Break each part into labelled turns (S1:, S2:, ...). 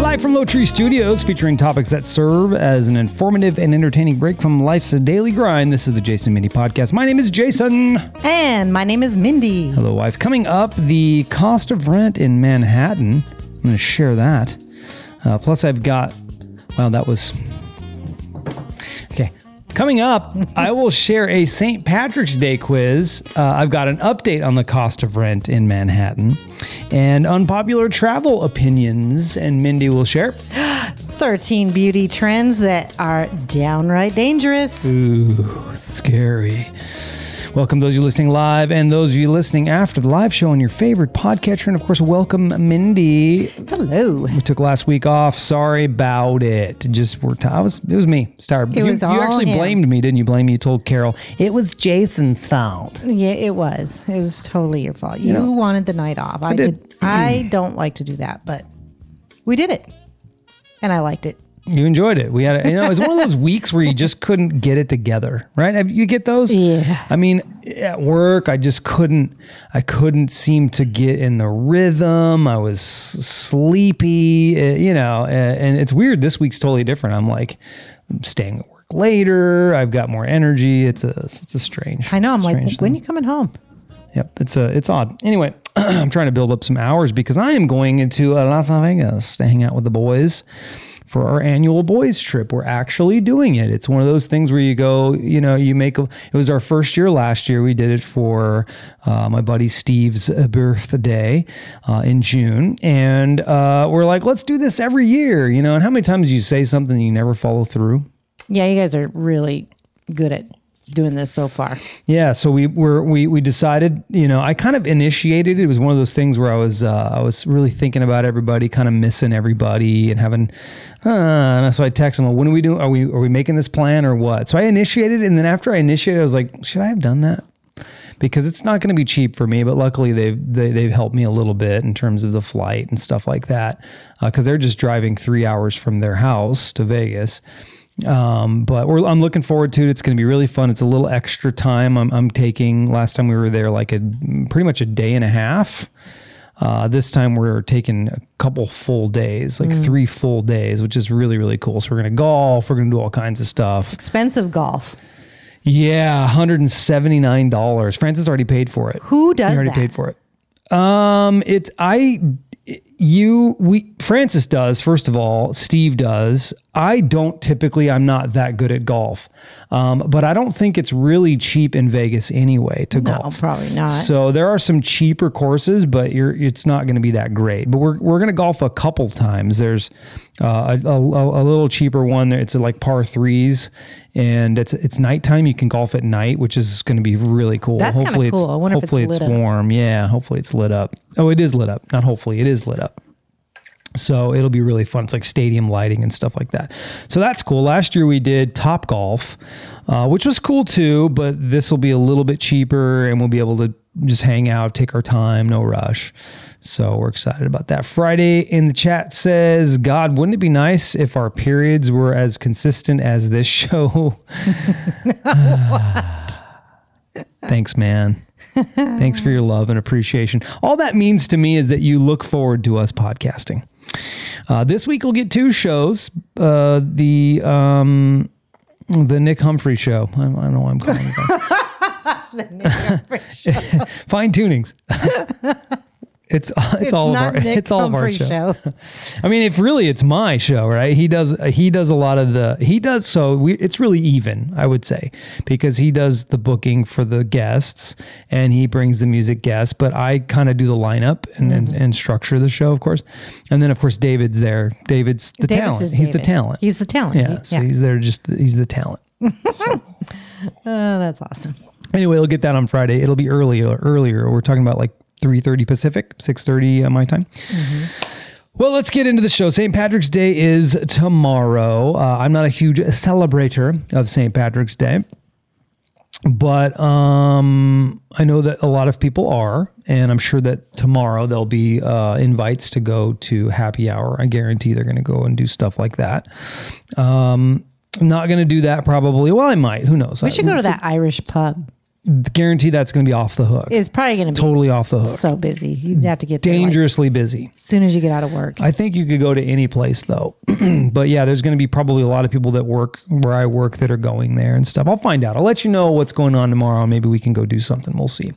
S1: Live from Low Tree Studios, featuring topics that serve as an informative and entertaining break from life's daily grind. This is the Jason Mini Podcast. My name is Jason.
S2: And my name is Mindy.
S1: Hello, wife. Coming up, the cost of rent in Manhattan. I'm going to share that. Uh, plus, I've got. Wow, that was. Okay. Coming up, I will share a St. Patrick's Day quiz. Uh, I've got an update on the cost of rent in Manhattan and unpopular travel opinions, and Mindy will share.
S2: 13 beauty trends that are downright dangerous.
S1: Mm. Ooh, scary. Welcome those of you listening live and those of you listening after the live show on your favorite podcatcher. And of course, welcome Mindy.
S2: Hello.
S1: We took last week off. Sorry about it. Just we're tired. I was it was me. It's tired.
S2: It
S1: you,
S2: was
S1: you
S2: all
S1: actually
S2: him.
S1: blamed me, didn't you? Blame me. You told Carol it was Jason's fault.
S2: Yeah, it was. It was totally your fault. You wanted the night off. I,
S1: did. Mm.
S2: did. I don't like to do that, but we did it. And I liked it.
S1: You enjoyed it. We had a, you know it was one of those weeks where you just couldn't get it together, right? Have- You get those.
S2: Yeah.
S1: I mean, at work, I just couldn't. I couldn't seem to get in the rhythm. I was s- sleepy, uh, you know. uh, And it's weird. This week's totally different. I'm like I'm staying at work later. I've got more energy. It's a it's a strange.
S2: I know. I'm
S1: strange
S2: like, when you coming home?
S1: Yep, it's a it's odd. Anyway, I'm trying to build up some hours because I am going into uh, Las Vegas to hang out with the boys for our annual boys trip. We're actually doing it. It's one of those things where you go, you know, you make a. It was our first year last year. We did it for uh, my buddy Steve's uh, birthday uh, in June, and uh, we're like, let's do this every year, you know. And how many times do you say something and you never follow through?
S2: Yeah, you guys are really good at doing this so far.
S1: Yeah, so we were we we decided, you know, I kind of initiated. It It was one of those things where I was uh, I was really thinking about everybody, kind of missing everybody, and having. Uh, and so I texted him, well, "When are we doing? Are we are we making this plan or what?" So I initiated, and then after I initiated, I was like, "Should I have done that?" Because it's not going to be cheap for me, but luckily they've they, they've helped me a little bit in terms of the flight and stuff like that, because they're just driving three hours from their house to Vegas. Um, but we're, I'm looking forward to it. It's going to be really fun. It's a little extra time I'm, I'm taking. Last time we were there, like a pretty much a day and a half. Uh, this time we're taking a couple full days, like three full days, which is really really cool. So we're going to golf. We're going to do all kinds of stuff.
S2: Expensive golf.
S1: Yeah, 179 dollars. Francis already paid for it.
S2: Who does
S1: He already
S2: that?
S1: paid for it. Um, it's I, you, we. Francis does first of all. Steve does. I don't typically. I'm not that good at golf, um, but I don't think it's really cheap in Vegas anyway to
S2: No,
S1: golf.
S2: probably not.
S1: So there are some cheaper courses, but you're it's not going to be that great. But we're we're going to golf a couple times. There's uh, a, a, a little cheaper one. There it's like par threes, and it's it's nighttime. You can golf at night, which is going to be really cool.
S2: That's kinda
S1: hopefully
S2: cool.
S1: It's,
S2: I wonder if it's
S1: hopefully it's,
S2: lit up.
S1: warm. Yeah, hopefully it's lit up. Oh, it is lit up. Not hopefully, it is lit up. So it'll be really fun. It's like stadium lighting and stuff like that. So that's cool. Last year we did Top Golf, uh, which was cool too, but this will be a little bit cheaper and we'll be able to just hang out, take our time, no rush. So we're excited about that. Friday in the chat says, God, wouldn't it be nice if our periods were as consistent as this show? Thanks, man. Thanks for your love and appreciation. All that means to me is that you look forward to us podcasting. Uh, this week we'll get two shows. Uh, the um, the Nick Humphrey show. I, I don't know why I'm calling it Fine tunings. it's it's, all of
S2: not
S1: our
S2: Nick
S1: it's all of our
S2: Humphrey's
S1: show. I mean, if really it's my show, right? He does he does a lot of the he does so we, it's really even, I would say, because he does the booking for the guests and he brings the music guests, but I kind of do the lineup and, and
S2: Mm-hmm.
S1: and structure the show, of course. And then of course David's there. David's the
S2: Davis
S1: talent.
S2: is
S1: He's the
S2: David.
S1: talent.
S2: He's the talent.
S1: yeah, so he's there just he's the talent.
S2: Oh, that's awesome.
S1: Anyway, we'll get that on Friday. It'll be earlier. Earlier, we're talking about like three thirty Pacific, six thirty uh, my time.
S2: Mm-hmm.
S1: Well, let's get into the show. St. Patrick's Day is tomorrow. Uh, I'm not a huge celebrator of St. Patrick's Day. but um, I know that a lot of people are, and I'm sure that tomorrow there'll be uh, invites to go to happy hour. I guarantee they're going to go and do stuff like that. Um, I'm not going to do that probably. Well, I might. Who knows?
S2: We should go to that Irish pub.
S1: guarantee that's going to be off the hook.
S2: It's probably going to be
S1: totally off the hook.
S2: so busy. You'd have to get there, like,
S1: Dangerously busy.
S2: as soon as you get out of work.
S1: I think you could go to any place though. but yeah, there's going to be probably a lot of people that work where I work that are going there and stuff. I'll find out. I'll let you know what's going on tomorrow. Maybe we can go do something. We'll see.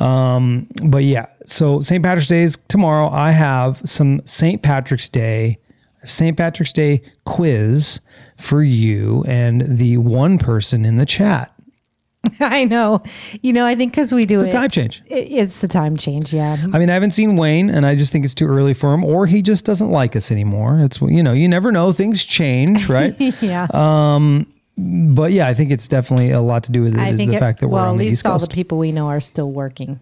S1: Um, but yeah, so St. Patrick's Day is tomorrow. I have some St. Patrick's Day. St. Patrick's Day quiz for you and the one person in the chat.
S2: I know. You know, I think because we do
S1: It's
S2: it.
S1: a time change.
S2: it- It's the time change. Yeah.
S1: I mean, I haven't seen Wayne, and I just think it's too early for him, or he just doesn't like us anymore. It's you know, you never know. Things change, right?
S2: Yeah.
S1: Um, But yeah, I think it's definitely a lot to do with it. Is
S2: I think
S1: the
S2: it-
S1: fact that we're
S2: well,
S1: on
S2: at
S1: the
S2: least
S1: East
S2: all
S1: Coast.
S2: the people we know are still working.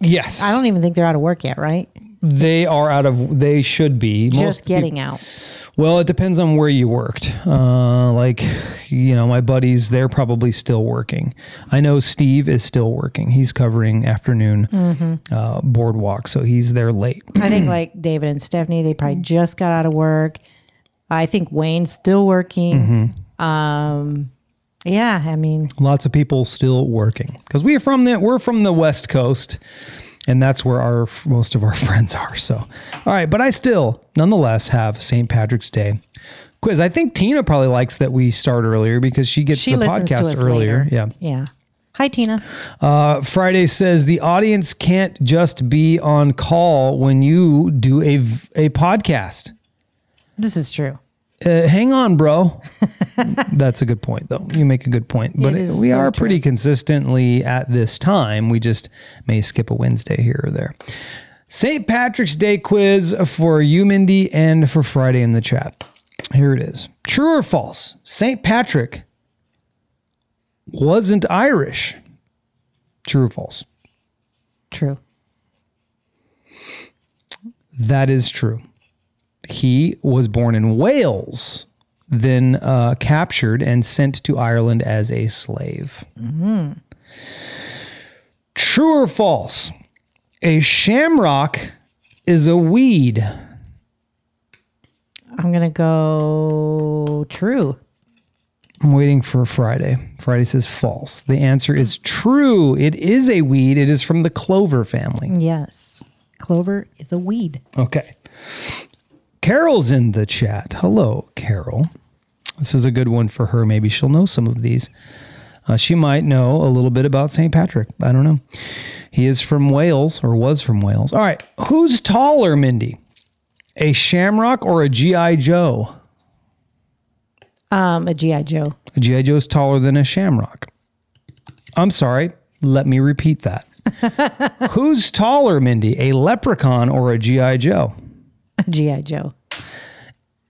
S1: yes,
S2: I don't even think they're out of work yet, right?
S1: they are out of. They should be
S2: Just getting out.
S1: Well, it depends on where you worked. Uh, like, you know, my buddies, they're probably still working. I know Steve is still working. He's covering afternoon
S2: Mm-hmm.
S1: uh, boardwalk, so he's there late.
S2: I think like David and Stephanie, they probably just got out of work. I think Wayne's still working.
S1: Mm-hmm.
S2: Um, yeah, I mean,
S1: lots of people still working because we are from the we're from the west coast and that's where our most of our friends are so all right but i still nonetheless have st patrick's day quiz i think tina probably likes that we start earlier because she gets
S2: she
S1: the
S2: listens to
S1: podcast
S2: us
S1: earlier
S2: later.
S1: yeah
S2: yeah. Hi, Tina.
S1: uh, friday says the audience can't just be on call when you do a, v- a podcast
S2: This is true.
S1: uh, hang on, bro. That's a good point, though. You make a good point. But
S2: It is
S1: we
S2: so
S1: are
S2: true.
S1: pretty consistently at this time. We just may skip a Wednesday here or there. St. Patrick's Day quiz for you, Mindy, and for Friday in the chat. Here it is. True or false? St. Patrick wasn't Irish. True or false?
S2: True.
S1: That is true. He was born in Wales, then uh, captured and sent to Ireland as a slave. Mm-hmm. True or false? A shamrock is a weed.
S2: I'm gonna go true.
S1: I'm waiting for Friday. Friday says false. The answer is true. It is a weed. It is from the clover family.
S2: Yes, clover is a weed.
S1: Okay. Carol's in the chat. Hello, Carol. This is a good one for her. Maybe she'll know some of these. Uh, she might know a little bit about St. Patrick. I don't know. He is from Wales or was from Wales. All right. Who's taller, Mindy? A shamrock or a G.I. Joe?
S2: Um, a GI Joe.
S1: A G.I. Joe is taller than a shamrock. I'm sorry. Let me repeat that. Who's taller, Mindy? A leprechaun or a G.I. Joe?
S2: A GI Joe.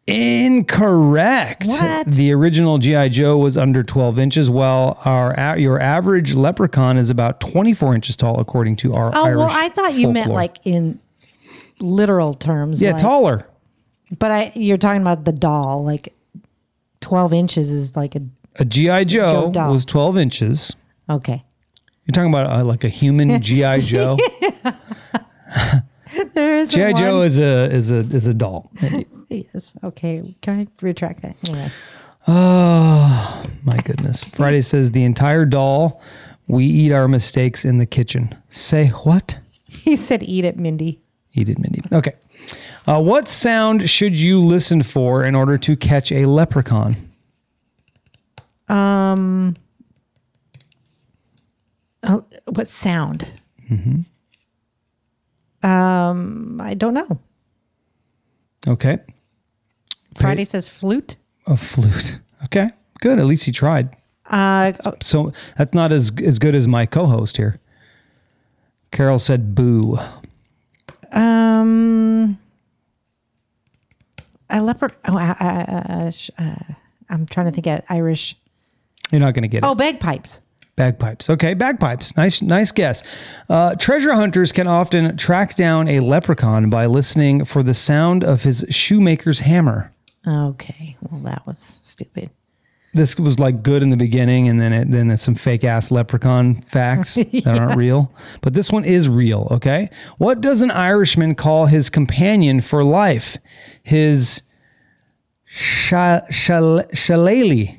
S1: Incorrect.
S2: What?
S1: The original GI Joe was under 12 inches, while our a- your average leprechaun is about 24 inches tall, according to our.
S2: Oh
S1: Irish
S2: well, I thought you meant
S1: folklore.
S2: like in literal terms.
S1: yeah,
S2: like-
S1: taller.
S2: But I, you're talking about the doll. Like twelve inches is like a
S1: A GI Joe,
S2: doll.
S1: was 12 inches.
S2: okay.
S1: You're talking about uh, like a human GI Joe.
S2: There is
S1: GI
S2: a one.
S1: Joe is a is a is a doll.
S2: Yes. Okay. Can I retract that? Anyway.
S1: Oh my goodness! Friday says the entire doll. We eat our mistakes in the kitchen. Say what?
S2: He said, "Eat it, Mindy."
S1: He did, Mindy. Okay. Uh, what sound should you listen for in order to catch a leprechaun?
S2: Um. Oh, what sound?
S1: Mm-hmm.
S2: Um, I don't know.
S1: Okay.
S2: Friday says flute.
S1: A flute. Okay. Good. At least he tried.
S2: Uh, oh,
S1: So that's not as as good as my co-host here. Carol said boo.
S2: um, a leopard. Oh, I, I, I, I, sh- uh, I'm trying to think of Irish.
S1: You're not going to get it.
S2: Oh, bagpipes.
S1: Bagpipes. Okay, bagpipes. Nice, nice guess. Uh, treasure hunters can often track down a leprechaun by listening for the sound of his shoemaker's hammer.
S2: Okay. Well, that was stupid.
S1: this was like good in the beginning, and then it, then there's some fake ass leprechaun facts that aren't real. But this one is real. Okay, what does an Irishman call his companion for life? His sha- shal- shillelagh,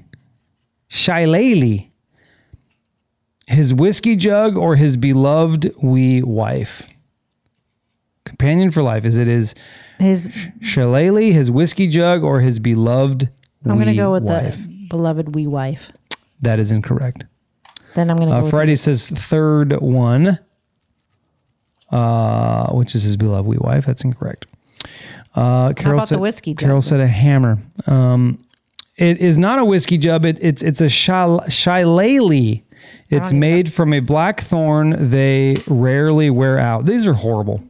S1: shillelagh, his whiskey jug, or his beloved wee wife. Companion for life is it his
S2: His
S1: shillelagh, his whiskey jug, or his beloved?
S2: I'm going to
S1: wee
S2: go with
S1: wife?
S2: the beloved wee wife.
S1: That is incorrect.
S2: Then I'm going to
S1: Uh,
S2: go
S1: Friday says third one, uh, which is his beloved wee wife. That's incorrect. Uh, Carol
S2: about the
S1: said,
S2: whiskey jug?
S1: Carol said a hammer. Um, it is not a whiskey jug. It, it's it's a shil- shillelagh. It's made from a blackthorn. They rarely wear out. These are horrible.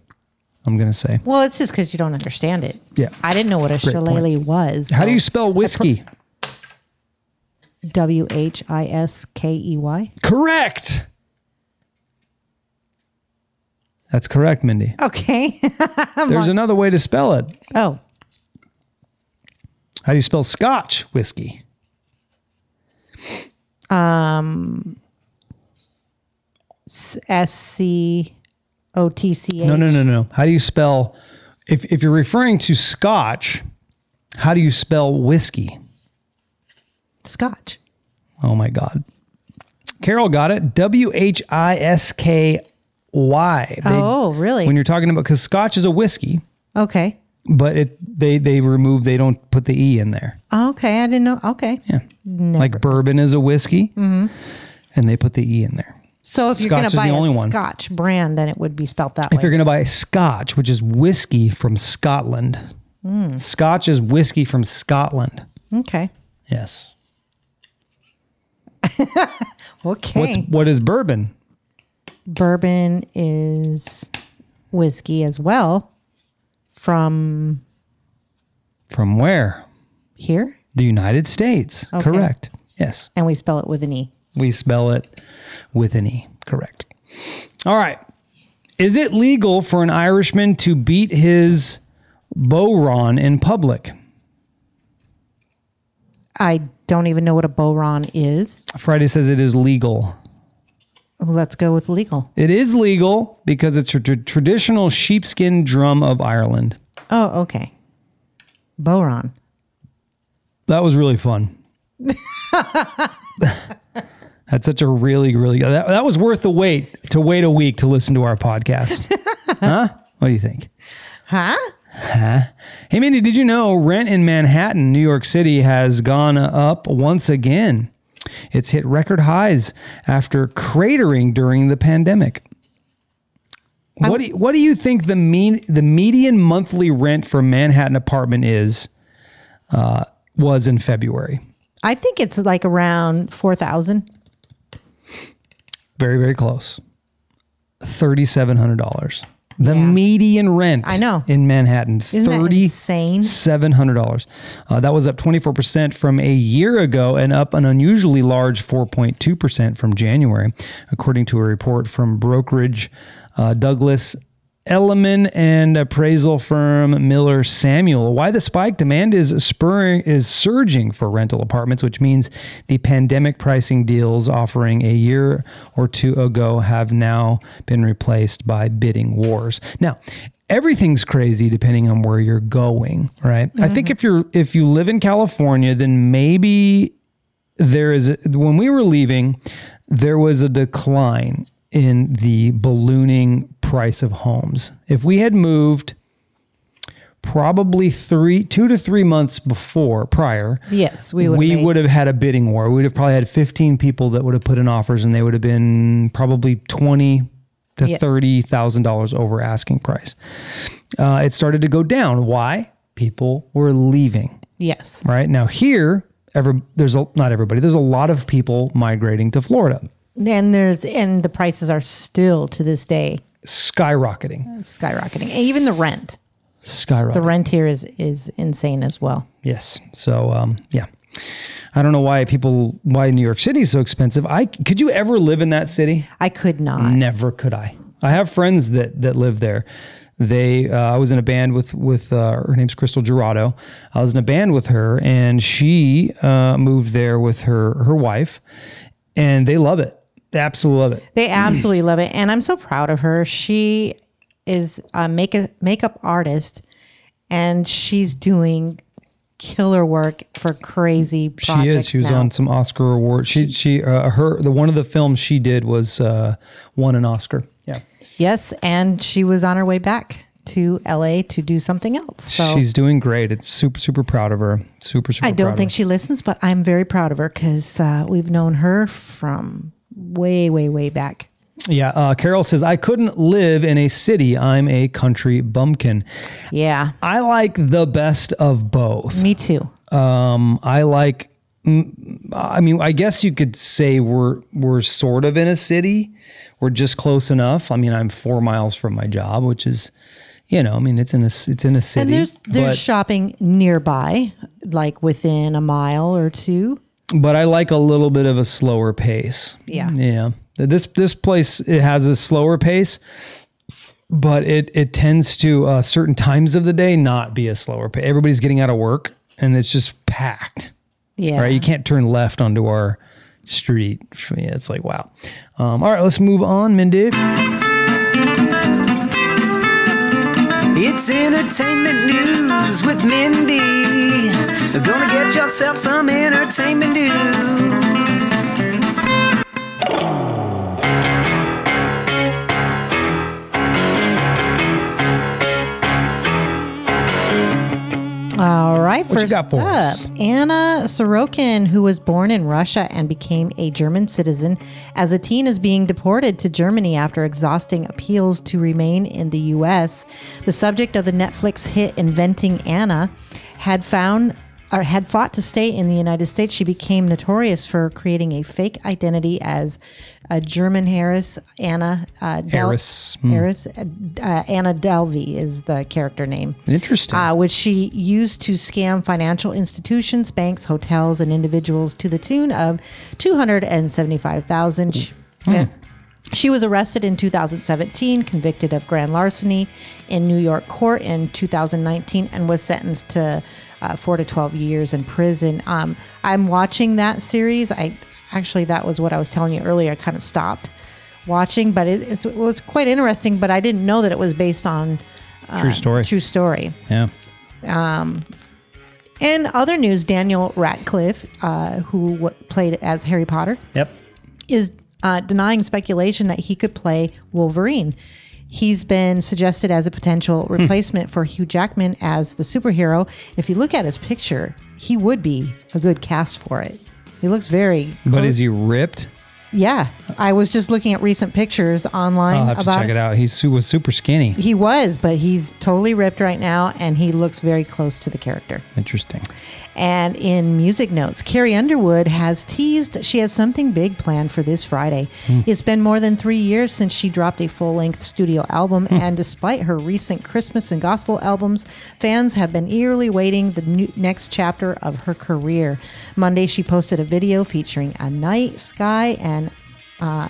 S1: I'm gonna say.
S2: with Well, it's just because you don't understand it.
S1: Yeah.
S2: I didn't know what a shillelagh was.
S1: How do you spell whiskey?
S2: W H I S K E Y?
S1: Correct. That's correct, Mindy.
S2: Okay.
S1: There's another way to spell it.
S2: oh,
S1: How do you spell Scotch whiskey?
S2: S C O T C H.
S1: No, no, no, no. How do you spell? If if you're referring to Scotch, how do you spell whiskey?
S2: Scotch.
S1: Oh my God. Carol got it. W H I S K Y. They-
S2: oh, really?
S1: When you're talking about because Scotch is a whiskey,
S2: okay.
S1: but it they they remove they don't put the e in there.
S2: Okay. I didn't know. Okay.
S1: Yeah, like bourbon is a whiskey,
S2: Mm-hmm.
S1: and they put the e in there.
S2: So if you're
S1: Scotch
S2: going
S1: is
S2: to
S1: the
S2: buy
S1: only
S2: a
S1: one.
S2: Scotch brand, then it would be spelt that
S1: If
S2: way.
S1: you're going to buy Scotch, which is whiskey from Scotland, Scotch is whiskey from Scotland.
S2: okay.
S1: Yes.
S2: Okay.
S1: What's what is bourbon?
S2: Bourbon is whiskey as well from
S1: From where?
S2: here,
S1: The United States.
S2: Okay.
S1: Correct. Yes.
S2: and we spell it with an E.
S1: We spell it with an E. Correct. All right. Is it legal for an Irishman to beat his Boron in public?
S2: I don't even know what a boron is.
S1: Friday says it is legal.
S2: Let's go with legal.
S1: It is legal because it's a tr- traditional sheepskin drum of Ireland.
S2: Oh, okay. Boron.
S1: That was really fun. That's such a really, really that, that was worth the wait to wait a week to listen to our podcast. huh? What do you think?
S2: Huh?
S1: Hey, Mindy, did you know rent in Manhattan, New York City, has gone up once again? It's hit record highs after cratering during the pandemic. What do you, what do you think the mean the median monthly rent for Manhattan apartment is uh, was in February?
S2: I think it's like around 4,000.
S1: Very very close. Thirty seven hundred dollars. The
S2: Yeah.
S1: median rent
S2: I know.
S1: in Manhattan
S2: Isn't that
S1: thirty
S2: insane?
S1: Seven hundred dollars. Uh, that was up twenty four percent from a year ago, and up an unusually large four point two percent from January, according to a report from brokerage uh, Douglas Elliman and appraisal firm Miller Samuel. Why the spike? Demand is spurring is surging for rental apartments, which means the pandemic pricing deals offering a year or two ago have now been replaced by bidding wars. Now everything's crazy depending on where you're going, right? I think if you're if you live in California, then maybe there is a, when we were leaving, there was a decline in the ballooning price of homes. If we had moved probably 3 2 to 3 months before prior,
S2: Yes, we would.
S1: we
S2: made-
S1: would have had a bidding war. We would have probably had 15 people that would have put in offers and they would have been probably 20 to
S2: Yeah.
S1: $30,000 over asking price. Uh, it started to go down. Why? People were leaving,
S2: Yes.
S1: right? Now here, every, there's a, not everybody, there's a lot of people migrating to Florida,
S2: And there's and the prices are still to this day
S1: skyrocketing,
S2: skyrocketing. And even the rent.
S1: skyrocketing.
S2: The rent here is is insane as well.
S1: Yes. So um, yeah, I don't know why people why New York City is so expensive. I could you ever live in that city?
S2: I could not.
S1: Never could I. I have friends that that live there. They, uh, I was in a band with with uh, her name's Crystal Gerardo. I was in a band with her, and she uh, moved there with her her wife, and they love it. They absolutely love it.
S2: They absolutely love it, and I'm so proud of her. She is a make a makeup artist, and she's doing killer work for crazy.
S1: She
S2: Projects
S1: is. She was
S2: now.
S1: on some Oscar awards. She she uh, her the one of the films she did was uh, won an Oscar. Yeah,
S2: Yes, and she was on her way back to LA to do something else. So
S1: she's doing great. It's super super proud of her. Super super.
S2: I
S1: proud
S2: don't
S1: of
S2: think she listens, but I'm very proud of her because uh, we've known her from way, way, way back.
S1: her. Yeah, uh, Carol says I couldn't live in a city. I'm a country bumpkin.
S2: Yeah,
S1: I like the best of both.
S2: me too.
S1: Um, I like. mm, I mean, I guess you could say we're we're sort of in a city. We're just close enough. I mean, I'm four miles from my job, which is, you know, I mean, it's in a s- it's in a city.
S2: And there's there's
S1: but-
S2: shopping nearby, like within a mile or two.
S1: but I like a little bit of a slower pace.
S2: Yeah.
S1: Yeah. This this place it has a slower pace, but it it tends to uh, certain times of the day not be a slower pace. Everybody's getting out of work and it's just packed.
S2: Yeah,
S1: Right? You can't turn left onto our street. Yeah, it's like wow. Um, all right, let's move on, Mindy.
S3: It's entertainment news with Mindy. You're gonna get yourself some entertainment news.
S2: All right,
S1: you
S2: first
S1: got for
S2: up,
S1: us?
S2: Anna Sorokin, who was born in Russia and became a German citizen as a teen, is being deported to Germany after exhausting appeals to remain in the U.S. The subject of the Netflix hit "Inventing Anna" had found or had fought to stay in the United States. She became notorious for creating a fake identity as a German Harris Anna uh, Del-
S1: Harris. hmm.
S2: Harris uh, Anna Delvey is the character name
S1: Interesting.
S2: uh, which she used to scam financial institutions, banks, hotels, and individuals to the tune of two hundred and seventy-five thousand. She was arrested in 2017, convicted of grand larceny in New York court in 2019, and was sentenced to uh, four to 12 years in prison. Um, I'm watching that series. I actually that was what I was telling you earlier. I kind of stopped watching, but it, it's- it was quite interesting. But I didn't know that it was based on uh,
S1: True story.
S2: True story.
S1: yeah.
S2: And other news, Daniel Radcliffe, uh, who w- played as Harry Potter,
S1: Yep.
S2: is uh, denying speculation that he could play Wolverine. He's been suggested as a potential
S1: Hmm.
S2: replacement for Hugh Jackman as the superhero. If you look at his picture, he would be a good cast for it. He looks very.
S1: But is he ripped?
S2: Yeah, I was just looking at recent pictures online
S1: I'll have to
S2: about
S1: check it out. He su- was super skinny.
S2: he was, but he's totally ripped right now, and he looks very close to the character.
S1: Interesting.
S2: And in music notes, Carrie Underwood has teased she has something big planned for this Friday. It's been more than three years since she dropped a full length studio album, and despite her recent Christmas and gospel albums, fans have been eagerly waiting the new, next chapter of her career. Monday, she posted a video featuring a night sky and uh,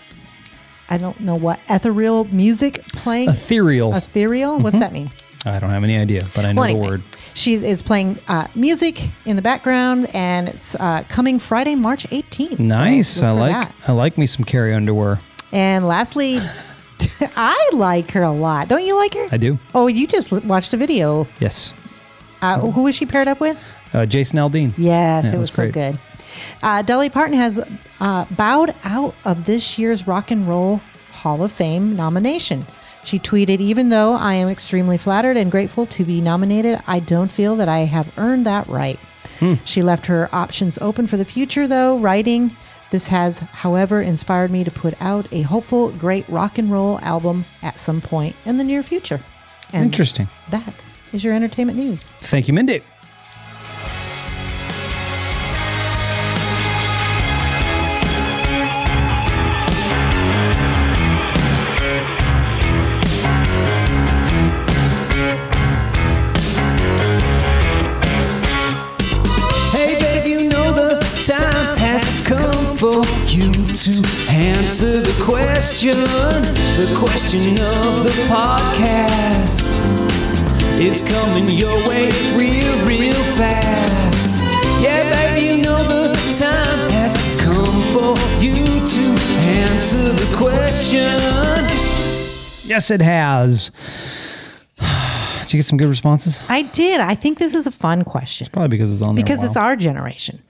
S2: I don't know what ethereal music playing.
S1: Ethereal.
S2: Ethereal? What's that mean?
S1: I don't have any idea, but I know
S2: Well,
S1: the
S2: anyway,
S1: word.
S2: She is playing uh, music in the background, and it's uh, coming Friday, March 18th. so
S1: Nice.
S2: look
S1: I
S2: for
S1: like
S2: that.
S1: I like me some carry underwear.
S2: And lastly, I like her a lot. Don't you like her?
S1: I do.
S2: Oh, you just l- watched a video.
S1: Yes.
S2: Uh,
S1: Oh.
S2: who was she paired up with?
S1: Uh, Jason Aldean.
S2: Yes,
S1: Yeah,
S2: it
S1: it
S2: was
S1: was
S2: so
S1: great.
S2: good. Uh, Dolly Parton has uh, bowed out of this year's Rock and Roll Hall of Fame nomination. She tweeted, Even though I am extremely flattered and grateful to be nominated, I don't feel that I have earned that right.
S1: Hmm.
S2: She left her options open for the future, though, writing, This has, however, inspired me to put out a hopeful, great rock and roll album at some point in the near future. And
S1: Interesting.
S2: That is your entertainment news.
S1: Thank you, Mindy.
S3: Hey, babe, you know the time has come for you to answer the question. The question of the podcast. It's coming your way real, real fast. Yeah, baby, you know the time has come for you to answer the question.
S1: Yes, it has. Did you get some good responses?
S2: I did. I think this is a fun question
S1: Probably because it was on there. a
S2: because it's
S1: while.
S2: our generation.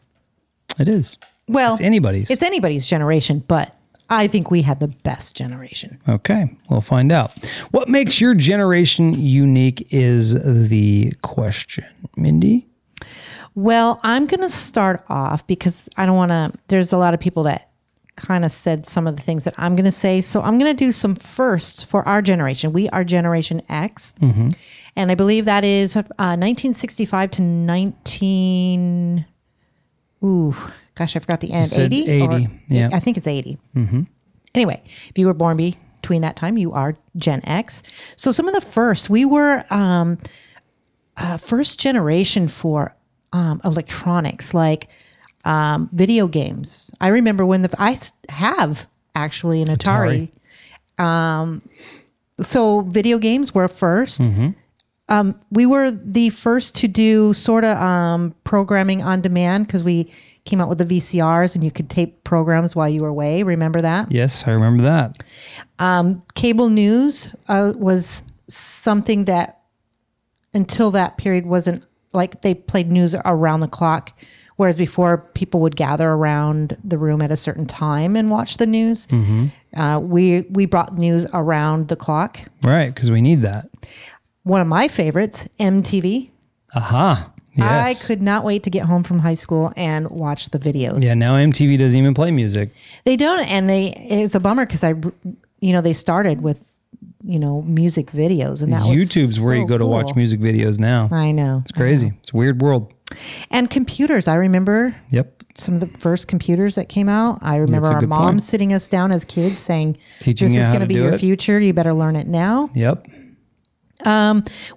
S1: It is.
S2: Well,
S1: It's anybody's.
S2: It's anybody's generation, but I think we had the best generation.
S1: Okay, we'll find out. What makes your generation unique is the question, Mindy.
S2: Well, I'm going to start off because I don't want to. There's a lot of people that kind of said some of the things that I'm going to say. So I'm going to do some first for our generation. We are Generation X.
S1: Mm-hmm.
S2: And I believe that is uh, 1965 to 19. Ooh, gosh, I forgot the end.
S1: said
S2: 80? or-
S1: 80, yeah. Mm-hmm.
S2: I think it's 80. Anyway, if you were born between that time, you are Gen X. So some of the first, we were um, uh, first generation for um, electronics like um, video games. I remember when the I s- have actually an Atari. Um, so video games were 1st Um, we were the first to do sort of um, programming on demand because we came out with the VCRs and you could tape programs while you were away. Remember that?
S1: Yes, I remember that.
S2: cable news uh, was something that until that period wasn't like they played news around the clock whereas before people would gather around the room at a certain time and watch the news
S1: Mm-hmm.
S2: uh, we we brought news around the clock
S1: Right, because we need that.
S2: one of my favorites mtv
S1: Aha. Yes.
S2: i could not wait to get home from high school and watch the videos
S1: Yeah, now MTV doesn't even play music.
S2: They don't, and they it's a bummer because I, you know, they started with you know music videos, and that was
S1: YouTube's where you
S2: so
S1: go to watch
S2: cool.
S1: music videos now.
S2: I know,
S1: It's crazy. It's a weird world.
S2: and computers. I remember
S1: Yep.
S2: some of the first computers that came out. I remember
S1: a
S2: our
S1: good
S2: mom
S1: point.
S2: sitting us down as kids, saying,
S1: Teaching
S2: "This
S1: you
S2: is
S1: how
S2: going
S1: to
S2: to be
S1: do
S2: your
S1: it.
S2: future. You better learn it now."
S1: Yep.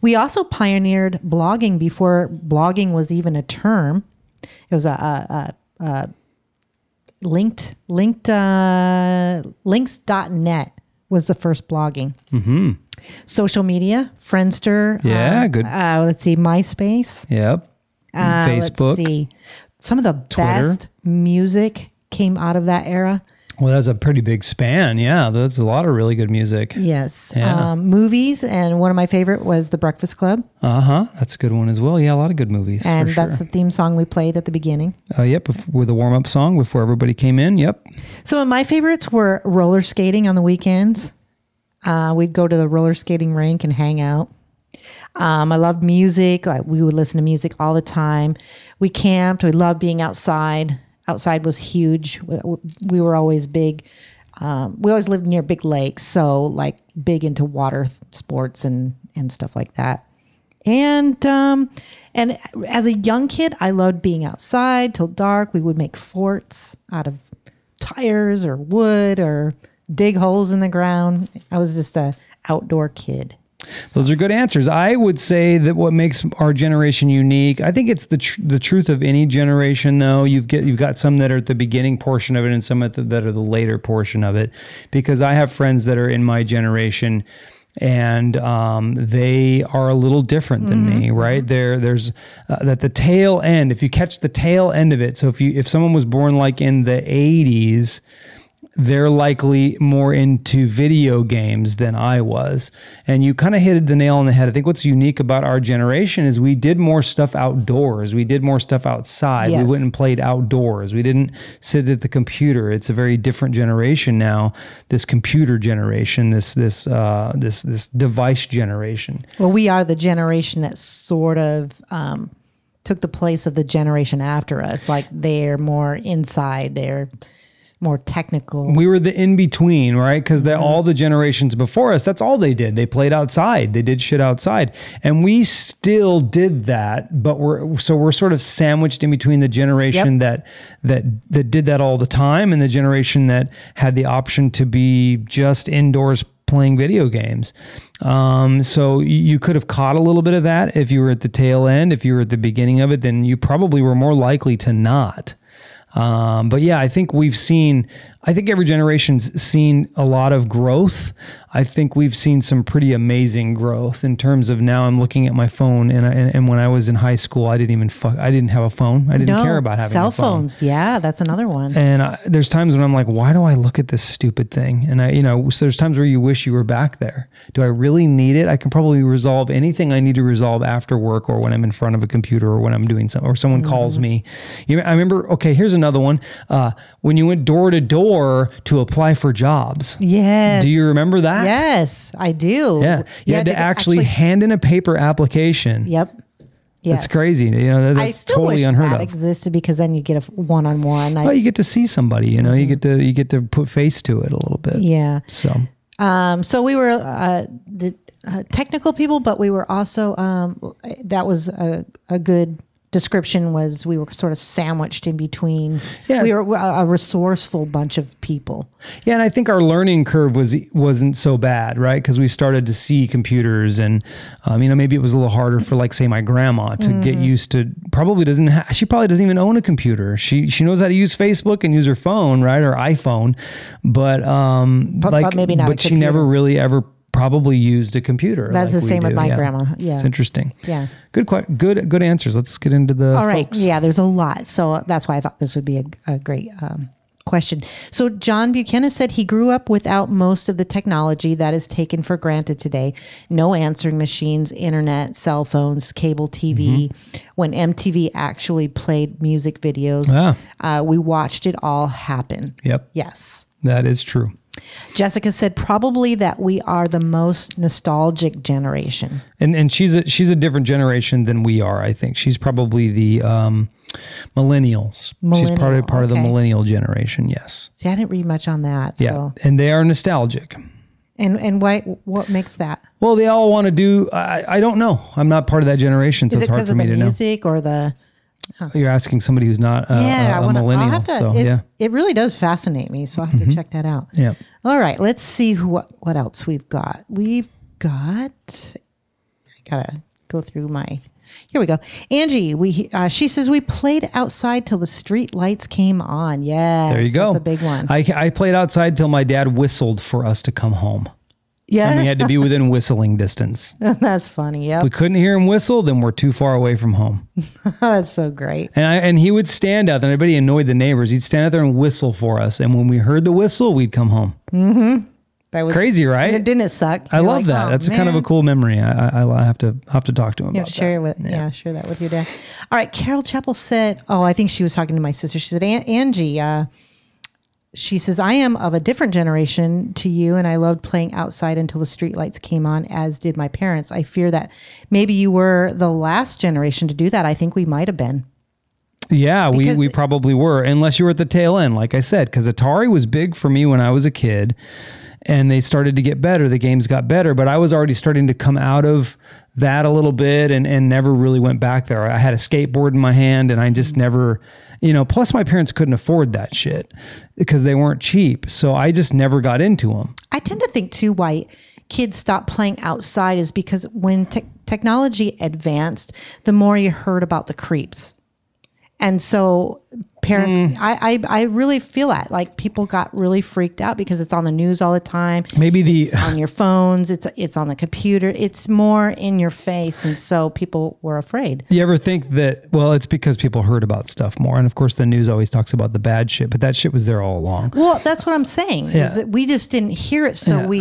S2: We also pioneered blogging before blogging was even a term. It was a, a, a, a linked linked uh, links.net was the first blogging. Mm-hmm. Social media, Friendster.
S1: Yeah,
S2: uh,
S1: good.
S2: Uh, let's see, MySpace.
S1: Yep.
S2: Uh,
S1: Facebook.
S2: Let's see, some of the
S1: Twitter.
S2: best music came out of that era.
S1: Well, that's a pretty big span. Yeah, that's a lot of really good music.
S2: Yes,
S1: Yeah.
S2: um, movies, and one of my favorite was The Breakfast Club,
S1: Uh huh. That's a good one as well. Yeah, a lot of good movies.
S2: and
S1: for
S2: that's
S1: sure.
S2: the theme song we played at the beginning.
S1: Uh, yep, bef- with a warm up song before everybody came in. Yep.
S2: Some of my favorites were roller skating on the weekends. Uh, we'd go to the roller skating rink and hang out. Um, I loved music. I, we would listen to music all the time. We camped. We loved being outside. Outside was huge. We, we were always big. Um, we always lived near big lakes, so like big into water th- sports and and stuff like that. And um, and as a young kid, I loved being outside till dark. We would make forts out of tires or wood or dig holes in the ground. I was just a outdoor kid.
S1: Those are good answers. I would say that what makes our generation unique, I think it's the tr- the truth of any generation. Though you've get you've got some that are at the beginning portion of it, and some at the, that are the later portion of it. Because I have friends that are in my generation, and um, they are a little different than me. Right there, there's uh, that the tail end. If you catch the tail end of it, so if you if someone was born like in the '80s they're likely more into video games than I was. And you kind of hit the nail on the head. I think what's unique about our generation is we did more stuff outdoors. We did more stuff outside.
S2: Yes.
S1: We went and played outdoors. We didn't sit at the computer. It's a very different generation now. This computer generation, this this uh, this this device generation.
S2: Well, we are the generation that sort of um, took the place of the generation after us. Like they're more inside, they're more technical.
S1: we were the in between, right? Because all the generations before us, that's all they did. They played outside. They did shit outside, and we still did that. But we're so we're sort of sandwiched in between the generation that that that did that all the time and the generation that had the option to be just indoors playing video games. Um, so y- you could have caught a little bit of that if you were at the tail end. If you were at the beginning of it, then you probably were more likely to not. Um, but yeah, I think we've seen, I think every generation's seen a lot of growth. I think we've seen some pretty amazing growth in terms of now I'm looking at my phone and I, and, and when I was in high school I didn't even fuck I didn't have a phone I didn't
S2: no,
S1: care about having
S2: cell
S1: a phone.
S2: phones. Yeah, that's another one.
S1: And I, there's times when I'm like, why do I look at this stupid thing? And I, you know, so there's times where you wish you were back there. Do I really need it? I can probably resolve anything I need to resolve after work or when I'm in front of a computer or when I'm doing something or someone calls
S2: Mm-hmm.
S1: me. You, I remember, okay, here's another one. Uh, when you went door to door to apply for jobs,
S2: yes.
S1: do you remember that?
S2: Yes, I do.
S1: Yeah. You, had, to, actually, hand in a paper application.
S2: Yep.
S1: That's
S2: Yes.
S1: crazy. You know, that- that's
S2: I still
S1: totally
S2: wish
S1: unheard of.
S2: that existed because then you get a one on
S1: Well,
S2: one.
S1: you get to see somebody, you know,
S2: Mm-hmm.
S1: you get to you get to put face to it a little bit.
S2: Yeah.
S1: So
S2: Um, so we were uh, the uh, technical people, but we were also um, that was a, a good description was we were sort of sandwiched in between.
S1: Yeah.
S2: We were uh, a a resourceful bunch of people.
S1: yeah, and I think our learning curve was wasn't so bad, right? Because we started to see computers, and um, you know maybe it was a little harder for like say my grandma to get
S2: Mm-hmm.
S1: used to. Probably doesn't ha- she probably doesn't even own a computer. She she knows how to use Facebook and use her phone, right, or iPhone, but um
S2: But-
S1: like
S2: but maybe not a
S1: But she never
S2: computer.
S1: really ever probably used a computer.
S2: That's
S1: like
S2: the
S1: we
S2: same with
S1: do,
S2: my grandma. Yeah.
S1: it's interesting.
S2: Yeah.
S1: good que- good good answers. Let's get into the
S2: All right.
S1: folks.
S2: Yeah, there's a lot. So that's why I thought this would be a, a great um, question. So John Buchanan said he grew up without most of the technology that is taken for granted today. No answering machines, internet, cell phones, cable TV.
S1: Mm-hmm.
S2: When MTV actually played music videos,
S1: Ah.
S2: uh, we watched it all happen.
S1: Yep,
S2: Yes.
S1: that is true.
S2: Jessica said probably that we are the most nostalgic generation.
S1: and and she's a, she's a different generation than we are. I think she's probably the um, millennials. she's
S2: Millennial,
S1: probably part of the
S2: okay.
S1: millennial generation. Yes,
S2: See, I didn't read much on that.
S1: yeah,
S2: So
S1: and they are nostalgic.
S2: and and why what makes that?
S1: Well, they all want to do. I, I don't know. I'm not part of that generation, so
S2: Is it
S1: it's hard
S2: because
S1: for
S2: of the
S1: me to
S2: music or the?
S1: know. You're asking somebody who's not a,
S2: yeah,
S1: a-
S2: I
S1: Uh, a
S2: want to.
S1: millennial.
S2: I'll have to.
S1: so
S2: it,
S1: yeah, Mm-hmm.
S2: it really does fascinate me, so I will have to check that out.
S1: yeah.
S2: All right, let's see who what, what else we've got. We've got. I gotta go through my. Here we go, Angie. We uh, she says we played outside till the street lights came on. Yeah,
S1: There you go.
S2: That's a big one.
S1: I, I played outside till my dad whistled for us to come home, and we
S2: yeah,
S1: had to be within whistling distance. If
S2: that's funny. Yep,
S1: we couldn't hear him whistle, then we're too far away from home.
S2: that's so great.
S1: And I, and he would stand out there. and Everybody annoyed the neighbors. He'd stand out there and whistle for us. And when we heard the whistle, we'd come home.
S2: That was
S1: Crazy, right?
S2: And it didn't suck.
S1: I
S2: You're
S1: love
S2: like,
S1: that.
S2: "Oh,
S1: That's kind of a
S2: man."
S1: cool memory. I, I, I'll have to have to talk to him
S2: Yeah,
S1: about
S2: share with yeah. share that with your dad. All right, Carol Chapel said, "Oh, I think she was talking to my sister. She said, "An- Angie, uh, she says I am of a different generation to you, and I loved playing outside until the streetlights came on, as did my parents. I fear that maybe you were the last generation to do that. I think we might have been.
S1: that. Yeah, we,
S2: Because-
S1: we probably were, unless you were at the tail end, like I said, because Atari was big for me when I was a kid, and they started to get better. The games got better, but I was already starting to come out of that a little bit, and and never really went back there. I had a skateboard in my hand, and I just never, you know. Plus, my parents couldn't afford that shit because they weren't cheap, so I just never got into them.
S2: I tend to think too why kids stop playing outside is because when tech technology advanced, the more you heard about the creeps. And so parents
S1: Mm.
S2: I, I I really feel that like people got really freaked out because it's on the news all the time.
S1: Maybe the
S2: It's on your phones, it's it's on the computer, it's more in your face and so people were afraid.
S1: You ever think that, well, it's because people heard about stuff more. And of course, the news always talks about the bad shit, but that shit was there all along.
S2: Well, that's what I'm saying.
S1: Yeah.
S2: Is that we just didn't hear it so we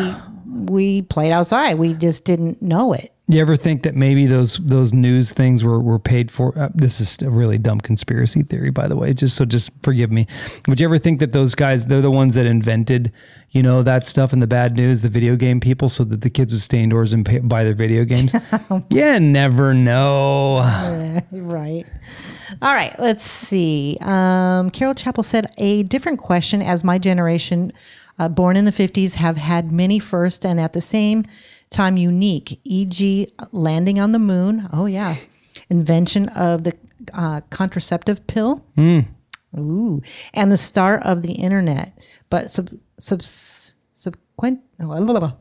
S2: we played outside. We just didn't know it.
S1: You ever think that maybe those those news things were, were paid for? Uh, this is a really dumb conspiracy theory, by the way. Just so, just forgive me. Would you ever think that those guys, they're the ones that invented, you know, that stuff and the bad news, the video game people, so that the kids would stay indoors and pay, buy their video games? yeah, never know.
S2: Right. All right, let's see. Um, Carol Chappell said a different question as my generation, uh, born in the 50s, have had many first and at the same time unique, e.g., landing on the moon. Oh, yeah. Invention of the uh, contraceptive pill. Ooh. And the start of the internet. But sub, sub, subsequent. Oh, blah, blah, blah.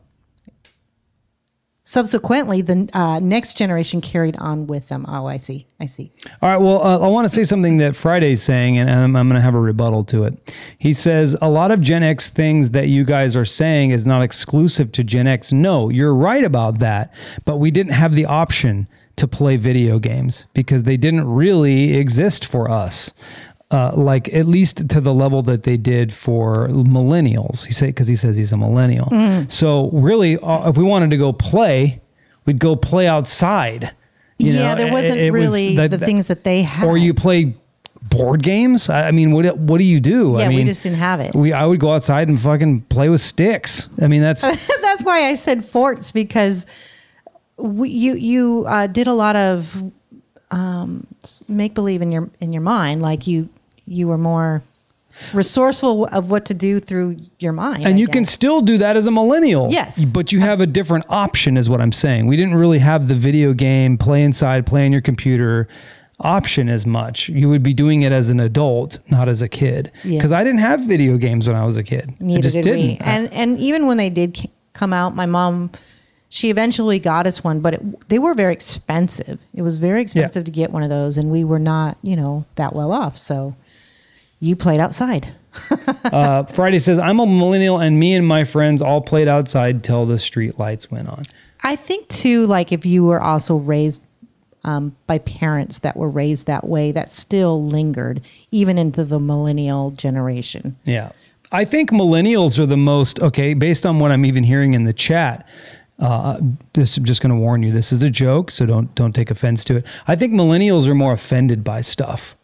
S2: Subsequently, the uh, next generation carried on with them. Oh, I see. I see.
S1: All right. Well, uh, I want to say something that Friday's saying, and um, I'm, I'm going to have a rebuttal to it. He says a lot of Gen X things that you guys are saying is not exclusive to Gen X. No, you're right about that, but we didn't have the option to play video games because they didn't really exist for us. Uh, like at least to the level that they did for millennials, he said because he says he's a millennial.
S2: Mm-hmm.
S1: So really, uh, if we wanted to go play, we'd go play outside. you
S2: yeah,
S1: know,
S2: there
S1: it-
S2: wasn't
S1: it was
S2: really
S1: that-
S2: the
S1: that-
S2: things that they had.
S1: or you play board games. I, I mean, what what do you do? I
S2: Yeah, we
S1: mean,
S2: just didn't have it.
S1: We I would go outside and fucking play with sticks. I mean, that's
S2: That's why I said forts because we, you you uh, did a lot of um, make believe in your in your mind. Like you you were more resourceful of what to do through your mind.
S1: and
S2: I
S1: you can
S2: guess.
S1: still do that as a millennial.
S2: Yes.
S1: but you have a different option, is what I'm saying. We didn't really have the video game, play inside, play on your computer option as much. You would be doing it as an adult, not as a kid.
S2: Yeah.
S1: Because I didn't have video games when I was a kid. I
S2: Neither
S1: just
S2: did
S1: not
S2: we. And and even when they did c- come out, my mom, she eventually got us one, but it, they were very expensive. It was very expensive to get one of those, and we were not, you know, that well off. So you played outside.
S1: Uh, Friday says, I'm a millennial and me and my friends all played outside till the street lights went on.
S2: I think too, like if you were also raised um, by parents that were raised that way, that still lingered even into the millennial generation.
S1: Yeah. I think millennials are the most, okay, based on what I'm even hearing in the chat. Uh, this I'm just going to warn you. This is a joke, so don't don't take offense to it. I think millennials are more offended by stuff.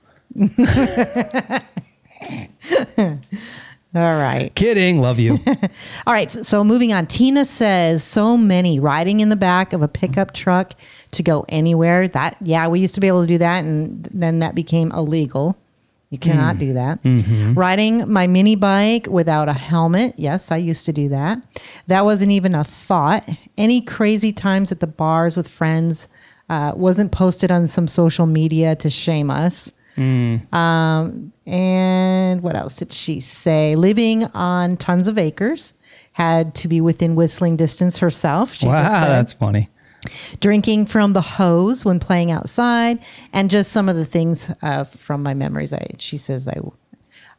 S2: All right.
S1: Kidding, love you.
S2: All right, so- so moving on. Tina says so many riding in the back of a pickup truck to go anywhere. That yeah, we used to be able to do that, and then that became illegal. You cannot do that. Riding my mini bike without a helmet. Yes, I used to do that. That wasn't even a thought. Any crazy times at the bars with friends uh, wasn't posted on some social media to shame us. Um, And what else did she say? Living on tons of acres, had to be within whistling distance herself. She
S1: wow,
S2: just said.
S1: that's funny.
S2: drinking from the hose when playing outside, and just some of the things uh, from my memories. I, she says I,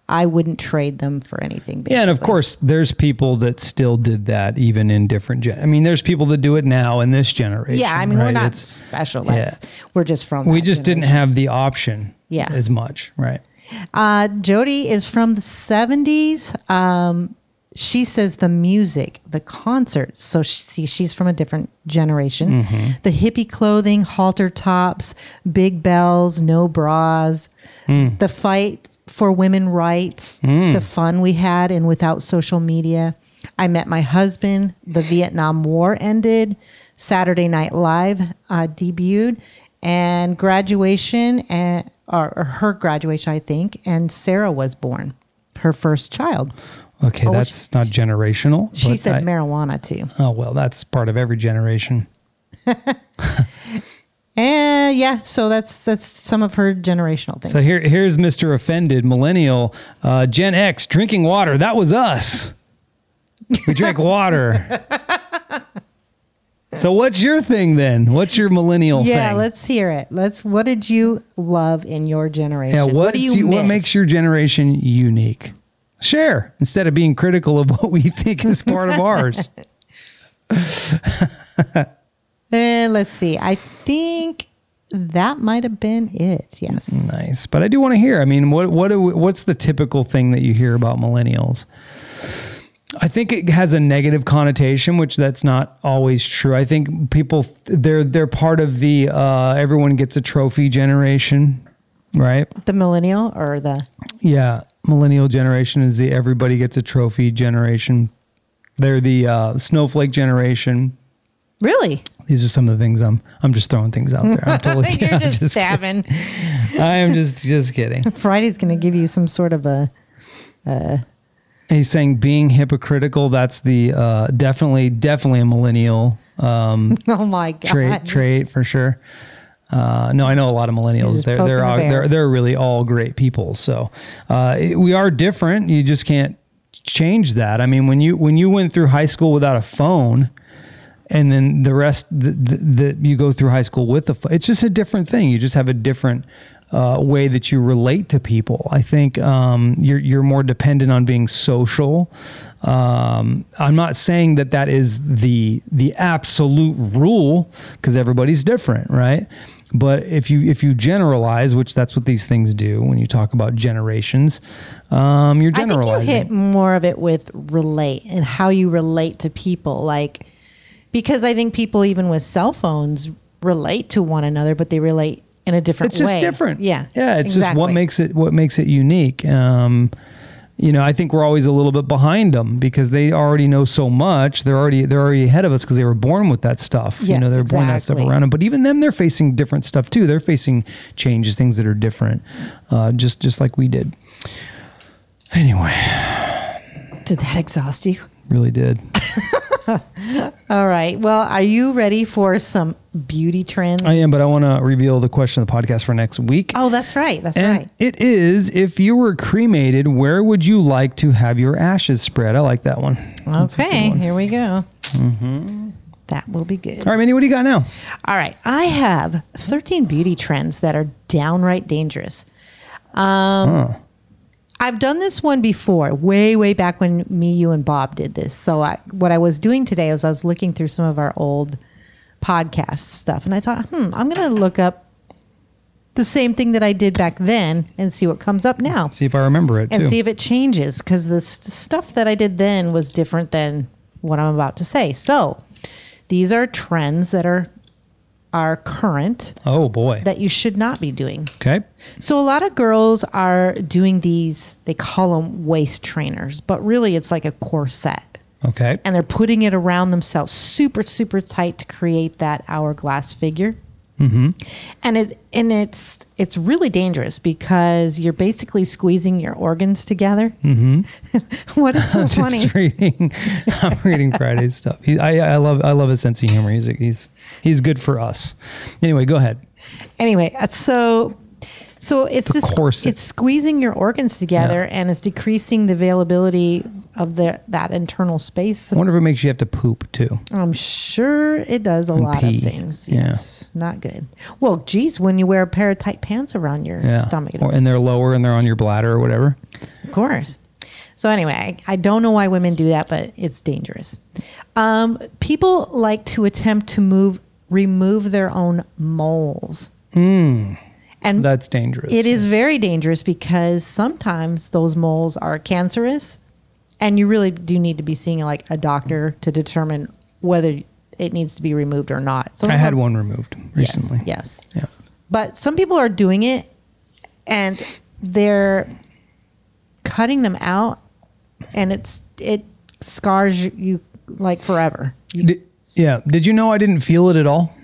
S2: I wouldn't trade them for anything.
S1: Yeah, and of
S2: basically.
S1: course, there's people that still did that even in different. Gen- I mean, there's people that do it now in this generation.
S2: Yeah, I mean we're
S1: right?
S2: not
S1: It's-
S2: special.
S1: yeah.
S2: That's, We're just from.
S1: we
S2: that
S1: just didn't
S2: generation.
S1: have the option.
S2: Yeah.
S1: as much. Right.
S2: Uh, Jody is from the 70s. Um, she says the music, the concerts. So she, see, she's from a different generation. The hippie clothing, halter tops, big bells, no bras, the fight for women rights, the fun we had and without social media. I met my husband. The Vietnam War ended. Saturday Night Live uh, debuted, and graduation and or, or her graduation, I think, and Sarah was born, her first child.
S1: Okay,
S2: well,
S1: that's not generational.
S2: Oh, She
S1: but
S2: said
S1: I-
S2: marijuana too.
S1: Oh well, that's part of every generation.
S2: And yeah, so that's that's some of her generational things.
S1: So here, here's Mr. Offended Millennial, uh, Gen X drinking water. That was us. We drank water. so what's your thing then? What's your millennial
S2: yeah,
S1: thing?
S2: let's hear it. Let's. What did you love in your generation?
S1: yeah,
S2: what do
S1: what's
S2: you
S1: you- what
S2: miss?
S1: makes your generation unique? Share instead of being critical of what we think is part of ours.
S2: Eh, let's see. I think that might have been it. Yes.
S1: Nice, but I do want to hear. I mean, what what do we, what's the typical thing that you hear about millennials? I think it has a negative connotation, which that's not always true. I think people they're they're part of the uh, everyone gets a trophy generation, right?
S2: The millennial or the
S1: Yeah, millennial generation is the everybody gets a trophy generation. They're the uh, snowflake generation.
S2: really?
S1: These are some of the things I'm I'm just throwing things out there. I'm totally
S2: You're
S1: I'm
S2: just,
S1: just
S2: stabbing.
S1: kidding. I am just just kidding.
S2: Friday's going to give you some sort of a
S1: He's saying being hypocritical. That's the uh, definitely definitely a millennial um,
S2: oh my god.
S1: trait trait for sure. Uh, no, I know a lot of millennials.
S2: just
S1: They're
S2: poking
S1: they're
S2: the
S1: all,
S2: bear.
S1: they're they're really all great people. So uh, it- we are different. You just can't change that. I mean, when you when you went through high school without a phone, and then the rest that the, the, you go through high school with the fu- it's just a different thing you just have a different uh, way that you relate to people i think um, you're, you're more dependent on being social um, i'm not saying that that is the the absolute rule because everybody's different right but if you if you generalize which that's what these things do when you talk about generations um, you're
S2: I think
S1: generalizing
S2: you hit more of it with relate and how you relate to people. Like, because I think people, even with cell phones, relate to one another, but they relate in a different
S1: it's just
S2: way.
S1: different
S2: Yeah.
S1: yeah it's just what
S2: exactly.
S1: makes it what makes it unique um you know i think we're always a little bit behind them because they already know so much they're already they're already ahead of us because they were born with that stuff you
S2: Yes,
S1: know they're born that stuff
S2: exactly.
S1: around them but even them they're facing different stuff too they're facing changes things that are different uh just just like we did anyway
S2: Did that exhaust you?
S1: really did
S2: All right. Well, are you ready for some beauty trends?
S1: i am but i want to reveal the question of the podcast for next week
S2: oh, that's right. That's
S1: And
S2: right.
S1: it is if you were cremated, where would you like to have your ashes spread? I like that one. That's a good
S2: Okay.
S1: one. Mm-hmm.
S2: Here we go. That will be
S1: All
S2: good.
S1: right, Minnie, what do you got now?
S2: All right. I have 13 beauty trends that are downright dangerous. Um, I've done this one before, way, way back when me, you, and Bob did this. So, I, what I was doing today was I was looking through some of our old podcast stuff, and I thought, hmm, I'm going to look up the same thing that I did back then and see what comes up now
S1: See if I remember it
S2: and
S1: too.
S2: see if it changes because the s stuff that I did then was different than what I'm about to say. So these are trends that are are current
S1: oh boy.
S2: that you should not be doing.
S1: okay.
S2: So a lot of girls are doing these. They call them waist trainers, but really it's like a corset
S1: Okay.
S2: and they're putting it around themselves super super tight to create that hourglass figure mm-hmm. and it and it's it's really dangerous because you're basically squeezing your organs together mm-hmm. what is so funny
S1: Just reading. I'm reading Friday's stuff. He, I, I love I love his sense of humor. He's he's he's good for us. Anyway, go ahead.
S2: anyway uh, so so it's this
S1: corset.
S2: it's squeezing your organs together and it's decreasing the availability of the that internal space
S1: I wonder if it makes you have to poop too.
S2: I'm sure it does a lot
S1: pee.
S2: of things.
S1: Yeah.
S2: Yes. Not good. Well, geez, when you wear a pair of tight pants around your
S1: Yeah.
S2: stomach,
S1: Or, and they're lower and they're on your bladder or whatever.
S2: of course. So, anyway, I, I don't know why women do that, but it's dangerous. Um, people like to attempt to move, remove their own moles.
S1: Hmm.
S2: And
S1: That's dangerous.
S2: it is very dangerous because sometimes those moles are cancerous, and you really do need to be seeing like a doctor to determine whether it needs to be removed or not. Some
S1: I
S2: of
S1: had
S2: them-
S1: one removed recently.
S2: Yes, yes.
S1: Yeah.
S2: But some people are doing it and they're cutting them out and it's it scars you like forever.
S1: Did, yeah. Did you know I didn't feel it at all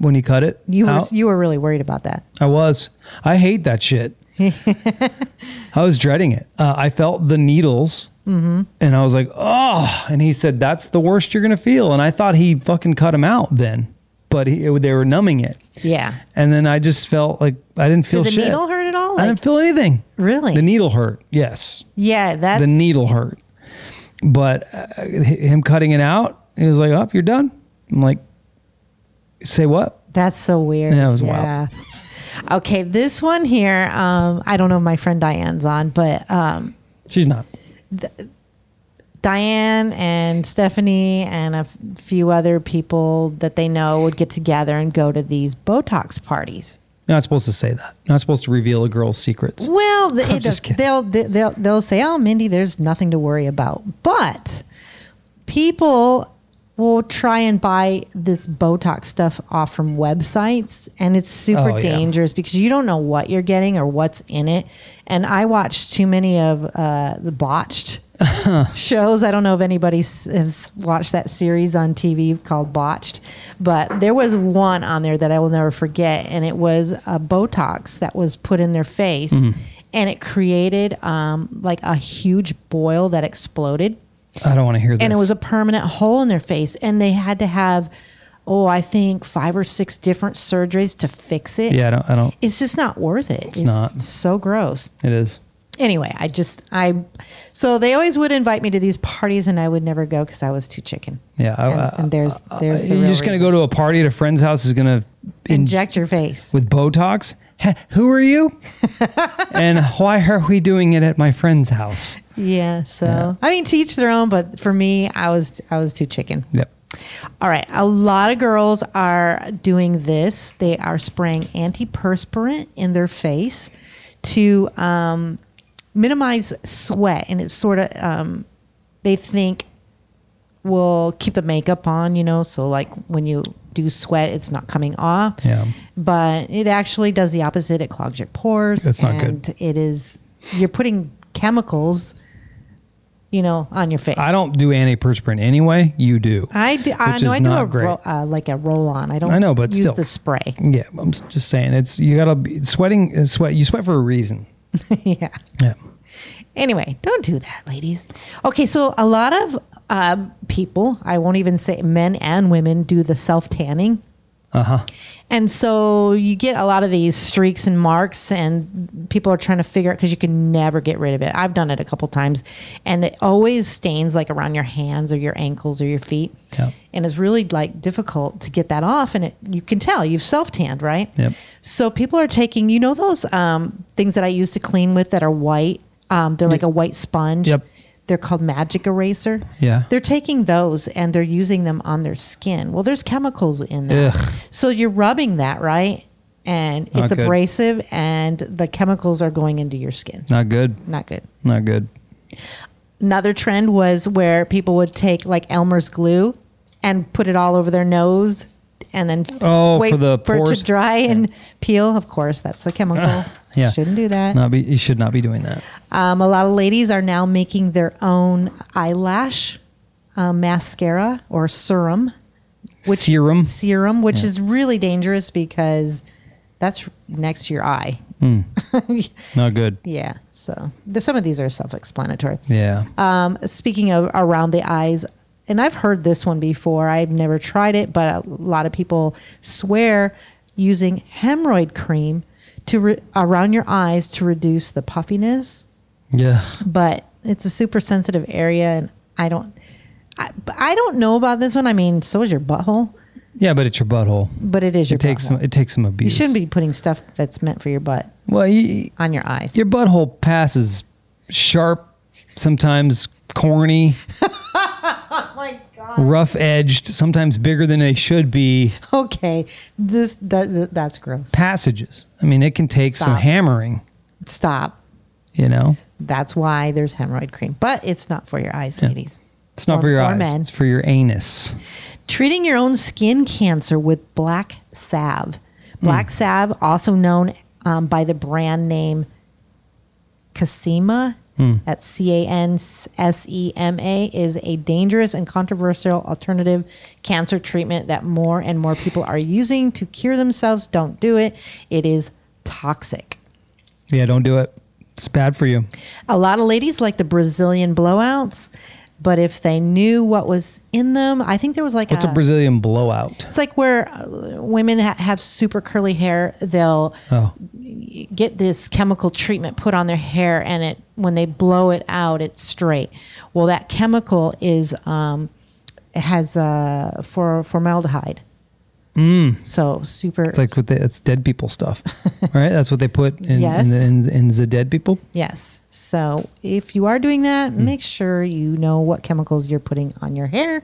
S1: when he cut it?
S2: You were
S1: out?
S2: you were really worried about that.
S1: I was. I hate that shit. I was dreading it. Uh, I felt the needles,
S2: Mm-hmm.
S1: and I was like, "Oh!" And he said, "That's the worst you're gonna feel." And I thought he fucking cut him out then, but he, they were numbing it.
S2: Yeah.
S1: And then I just felt like I didn't feel
S2: Did the
S1: shit.
S2: needle hurt at all?
S1: I
S2: Like,
S1: didn't feel anything.
S2: really?
S1: The needle hurt. Yes,
S2: yeah, that's
S1: the needle hurt. But uh, hi- him cutting it out, he was like, "Up, you're done." I'm like, "Say what?"
S2: That's so weird.
S1: Yeah, it was wild.
S2: Okay, this one here, um, I don't know if my friend Diane's on, but um,
S1: She's not.
S2: Diane and Stephanie and a f- few other people that they know would get together and go to these Botox parties.
S1: Not supposed to say that. Not supposed to reveal a girl's secrets.
S2: Well, th- it
S1: just
S2: does,
S1: kidding.
S2: they'll they'll they'll say, "Oh, Mindy, there's nothing to worry about." But people will try and buy this Botox stuff off from websites, and it's super
S1: Oh, yeah.
S2: dangerous because you don't know what you're getting or what's in it. And I watched too many of uh, the botched shows. I don't know if anybody s- has watched that series on TV called Botched, but there was one on there that I will never forget, and it was a Botox that was put in their face,
S1: Mm-hmm.
S2: and it created um, like a huge boil that exploded,
S1: I don't want to hear this.
S2: and it was a permanent hole in their face, and they had to have, oh, I think five or six different surgeries to fix it.
S1: yeah. I don't. I don't
S2: It's just not worth it. It's,
S1: not.
S2: so gross.
S1: it is.
S2: anyway, I just I so they always would invite me to these parties and I would never go because I was too chicken.
S1: Yeah, I-
S2: and,
S1: I-
S2: and there's there's the
S1: uh, You're
S2: real
S1: just going to
S2: reason.
S1: go to a party at a friend's house is going to
S2: inject your face.
S1: with Botox? Heh, Who are you? and why are we doing it at my friend's house?
S2: Yeah, so I mean, to each their own. But for me, I was I was too chicken.
S1: Yep.
S2: All right, a lot of girls are doing this. They are spraying antiperspirant in their face to um, minimize sweat, and it's sort of um, they think will keep the makeup on. You know, so like when you do sweat, it's not coming off.
S1: Yeah.
S2: But it actually does the opposite. It clogs your pores.
S1: That's not good.
S2: and It is you're putting chemicals, you know, on your face.
S1: I don't do antiperspirant anyway. You do.
S2: I do. I
S1: Which
S2: know.
S1: is
S2: I do
S1: not
S2: a
S1: great.
S2: ro- uh, like a roll on. I don't.
S1: I know, but
S2: use
S1: still.
S2: the spray.
S1: yeah, I'm s- just saying it's you gotta be sweating. is Sweat you sweat for a reason.
S2: yeah.
S1: Yeah.
S2: Anyway, don't do that, ladies. Okay, so a lot of um, people, I won't even say men and women, do the self tanning.
S1: Uh huh.
S2: And so you get a lot of these streaks and marks, and people are trying to figure out because you can never get rid of it. I've done it a couple times, and it always stains like around your hands or your ankles or your feet.
S1: Yeah.
S2: And it's really like difficult to get that off, and it, you can tell you've self tanned, right?
S1: Yep.
S2: So people are taking, you know, those um, things that I used to clean with that are white. Um, they're like a white sponge.
S1: Yep.
S2: They're called magic eraser.
S1: Yeah.
S2: They're taking those and they're using them on their skin. Well, there's chemicals in that.
S1: Ugh.
S2: So you're rubbing that, right? And it's
S1: Not good.
S2: abrasive and the chemicals are going into your skin.
S1: Not good.
S2: Not good.
S1: Not good.
S2: Another trend was where people would take like Elmer's glue and put it all over their nose and then
S1: Oh,
S2: wait
S1: for the
S2: it
S1: pores?
S2: to dry and peel. Of course, that's a chemical.
S1: Yeah.
S2: Shouldn't do that.
S1: Not be. You should not be doing that.
S2: Um, a lot of ladies are now making their own eyelash um, mascara or serum,
S1: Which, Serum.
S2: serum, which is really dangerous because that's next to your eye.
S1: Hmm. Not good.
S2: yeah. So the, some of these are self-explanatory.
S1: Yeah.
S2: Um, speaking of around the eyes, and I've heard this one before. I've never tried it, but a lot of people swear using hemorrhoid cream to re- around your eyes to reduce the puffiness
S1: yeah.
S2: but it's a super sensitive area and i don't I, but I don't know about this one i mean so is your butthole
S1: Yeah, but it's your butthole.
S2: but it is your
S1: It takes
S2: butthole.
S1: some. It takes some
S2: you
S1: abuse.
S2: shouldn't be putting stuff that's meant for your butt
S1: Well, you,
S2: on your eyes
S1: your butthole passes sharp, sometimes corny,
S2: oh my god
S1: rough edged, sometimes bigger than they should be
S2: okay this that, that- that's gross
S1: passages. I mean, it can take some
S2: Stop.
S1: hammering,
S2: stop
S1: you know?
S2: that's why there's hemorrhoid cream but it's not for your eyes ladies
S1: It's not
S2: Or-
S1: for your
S2: or
S1: eyes,
S2: men.
S1: it's for your anus.
S2: treating your own skin cancer with black salve. Black salve, also known um, by the brand name Casema, that's C A N S E M A, is a dangerous and controversial alternative cancer treatment that more and more people are using to cure themselves. Don't do it, it is toxic.
S1: Yeah, don't do it. It's bad for you.
S2: A lot of ladies like the Brazilian blowouts, but if they knew what was in them, I think there was like
S1: What's a Brazilian blowout?
S2: It's like where uh, women ha- have super curly hair, they'll
S1: Oh,
S2: get this chemical treatment put on their hair, and it when they blow it out, it's straight. Well, that chemical is um, it has uh, for formaldehyde. Mm. So super.
S1: it's like what they, it's dead people stuff, right? That's what they put in,
S2: Yes.
S1: in, the- in, in the dead people.
S2: yes. So if you are doing that,
S1: Hmm.
S2: make sure you know what chemicals you're putting on your hair.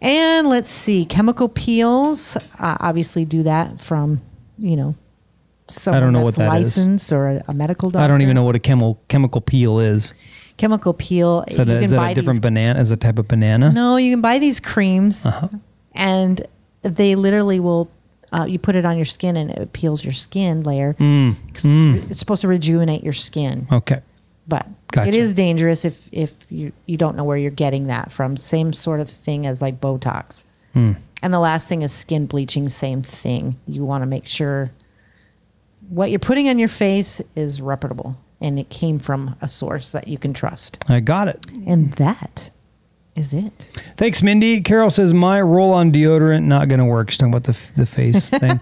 S2: And let's see, chemical peels uh, obviously do that from you know. Someone
S1: know
S2: that's
S1: what that is.
S2: licensed or a, a medical doctor.
S1: I don't even know what a chemo, chemical peel is.
S2: chemical peel.
S1: Is that, a, is that a different
S2: these,
S1: banana? Is a type of banana?
S2: no, you can buy these creams,
S1: Uh-huh.
S2: and they literally will. Uh, you put it on your skin, and it peels your skin layer.
S1: Hmm.
S2: 'Cause It's supposed to rejuvenate your skin,
S1: Okay.
S2: but it
S1: Gotcha.
S2: is dangerous if if you you don't know where you're getting that from. Same sort of thing as like Botox.
S1: Hmm.
S2: And the last thing is skin bleaching. Same thing. You want to make sure what you're putting on your face is reputable and it came from a source that you can trust.
S1: I got it.
S2: And that is it?
S1: Thanks, Mindy. Carol says, My roll on deodorant not going to work. She's talking about the, the face thing.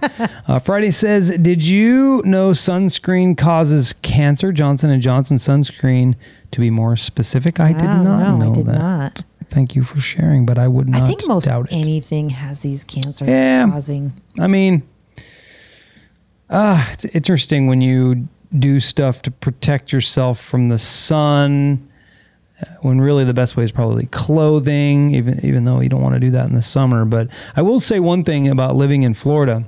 S1: Uh, Friday says, Did you know sunscreen causes cancer? Johnson & Johnson sunscreen, to be more specific. I did
S2: Wow,
S1: not
S2: no,
S1: know
S2: I did
S1: that.
S2: not.
S1: Thank you for sharing, but I would not
S2: I think most
S1: doubt it.
S2: anything has these cancer
S1: Yeah.
S2: causing.
S1: I mean, uh, it's interesting when you do stuff to protect yourself from the sun. uh, When really the best way is probably clothing, even even though you don't want to do that in the summer. But I will say one thing about living in Florida: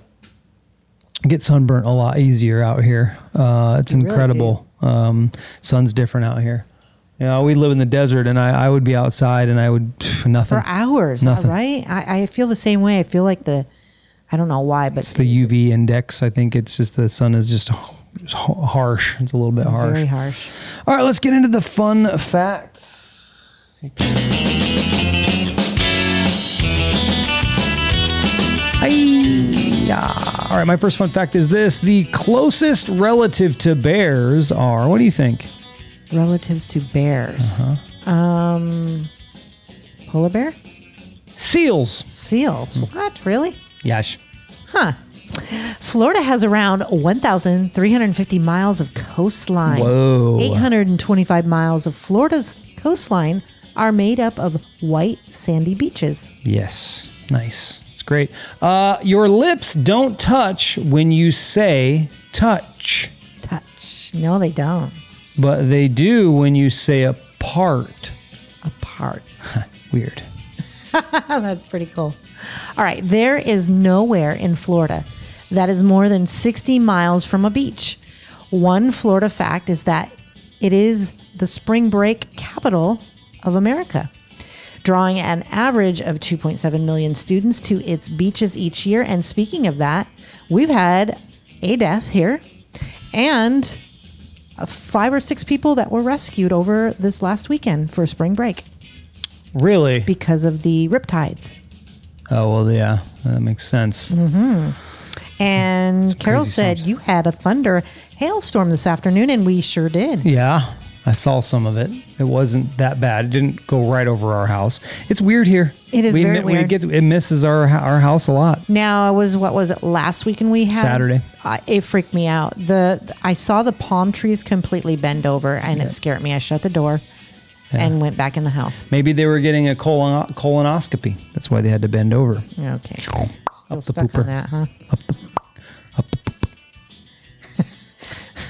S1: I get sunburnt a lot easier out here. Uh, it's
S2: really do.
S1: incredible. um, sun's different out here. You know, we live in the desert, and I, I would be outside, and I would pff, nothing.
S2: for hours,
S1: Nothing.
S2: right? I, I feel the same way. I feel like the, I don't know why, but
S1: It's the UV index. I think it's just the sun is just, just h- harsh. It's a little bit harsh.
S2: very harsh.
S1: All right, let's get into the fun facts. Hi-ya. All right, my first fun fact is this the closest relative to bears are, what do you think?
S2: Relatives to bears, um, polar bear,
S1: Seals.
S2: seals. What really?
S1: Yes.
S2: Huh. Florida has around 1,350 miles of coastline.
S1: Whoa.
S2: 825 miles of Florida's coastline are made up of white sandy beaches.
S1: Yes. Nice. It's great. Uh, your lips don't touch when you say touch.
S2: Touch. No, they don't.
S1: but they do when you say apart.
S2: Apart.
S1: Weird.
S2: Oh, That's pretty cool. All right, there is nowhere in Florida that is more than 60 miles from a beach. One Florida fact is that it is the spring break capital of America, drawing an average of 2.7 million students to its beaches each year. And speaking of that, we've had a death here and uh, five or six people that were rescued over this last weekend for spring break
S1: Really?
S2: because of the riptides.
S1: Oh well, yeah, that makes sense.
S2: Mm-hmm. And Carol
S1: crazy
S2: said
S1: storms.
S2: you had a thunder hailstorm this afternoon, and we sure did.
S1: Yeah, I saw some of it. It wasn't that bad. It didn't go right over our house. It's weird here.
S2: It is
S1: we,
S2: very
S1: mi- we
S2: weird.
S1: get- it misses our our house a lot.
S2: Now it was what was it last weekend we had
S1: Saturday.
S2: Uh, it freaked me out. The I saw the palm trees completely bend over, and it scared me. I shut the door and went back in the house.
S1: Maybe they were getting a colon- colonoscopy. That's why they had to bend over.
S2: Okay, still
S1: Up the
S2: stuck on
S1: pooper.
S2: that, huh?
S1: Up the, up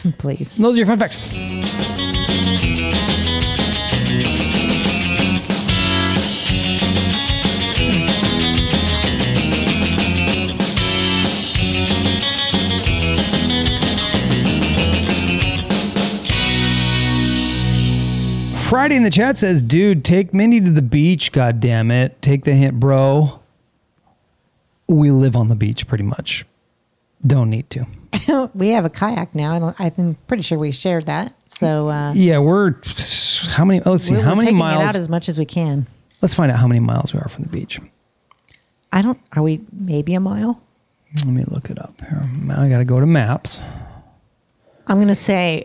S1: the
S2: Please.
S1: Those are your fun facts. Friday in the chat says, "Dude, take Mindy to the beach. God damn it, take the hint, bro. We live on the beach, pretty much. Don't need to.
S2: we have a kayak now. I don't, I'm pretty sure we shared that. So uh,
S1: Yeah, we're how many? Let's see,
S2: we're,
S1: how
S2: we're
S1: many
S2: taking
S1: miles?
S2: it out as much as we can.
S1: Let's find out how many miles we are from the beach.
S2: I don't. Are we maybe a mile?
S1: Let me look it up here. I got to go to maps.
S2: I'm gonna say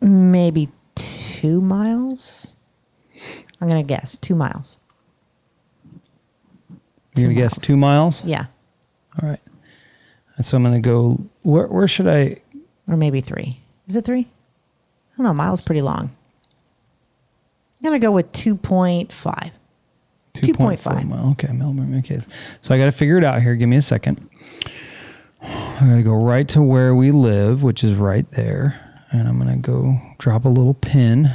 S2: maybe two miles. I'm gonna guess two miles.
S1: You're
S2: Two
S1: going to guess
S2: miles.
S1: two miles?
S2: Yeah,
S1: All right. And so I'm going to go, where, where should I?
S2: or maybe three. Is it three? I don't know. Miles pretty long. I'm gonna go with two point five. 2.5.
S1: 2.4 mile. Okay, Melbourne. Okay. So I got to figure it out here. Give me a second. I'm going to go right to where we live, which is right there. And I'm going to go drop a little pin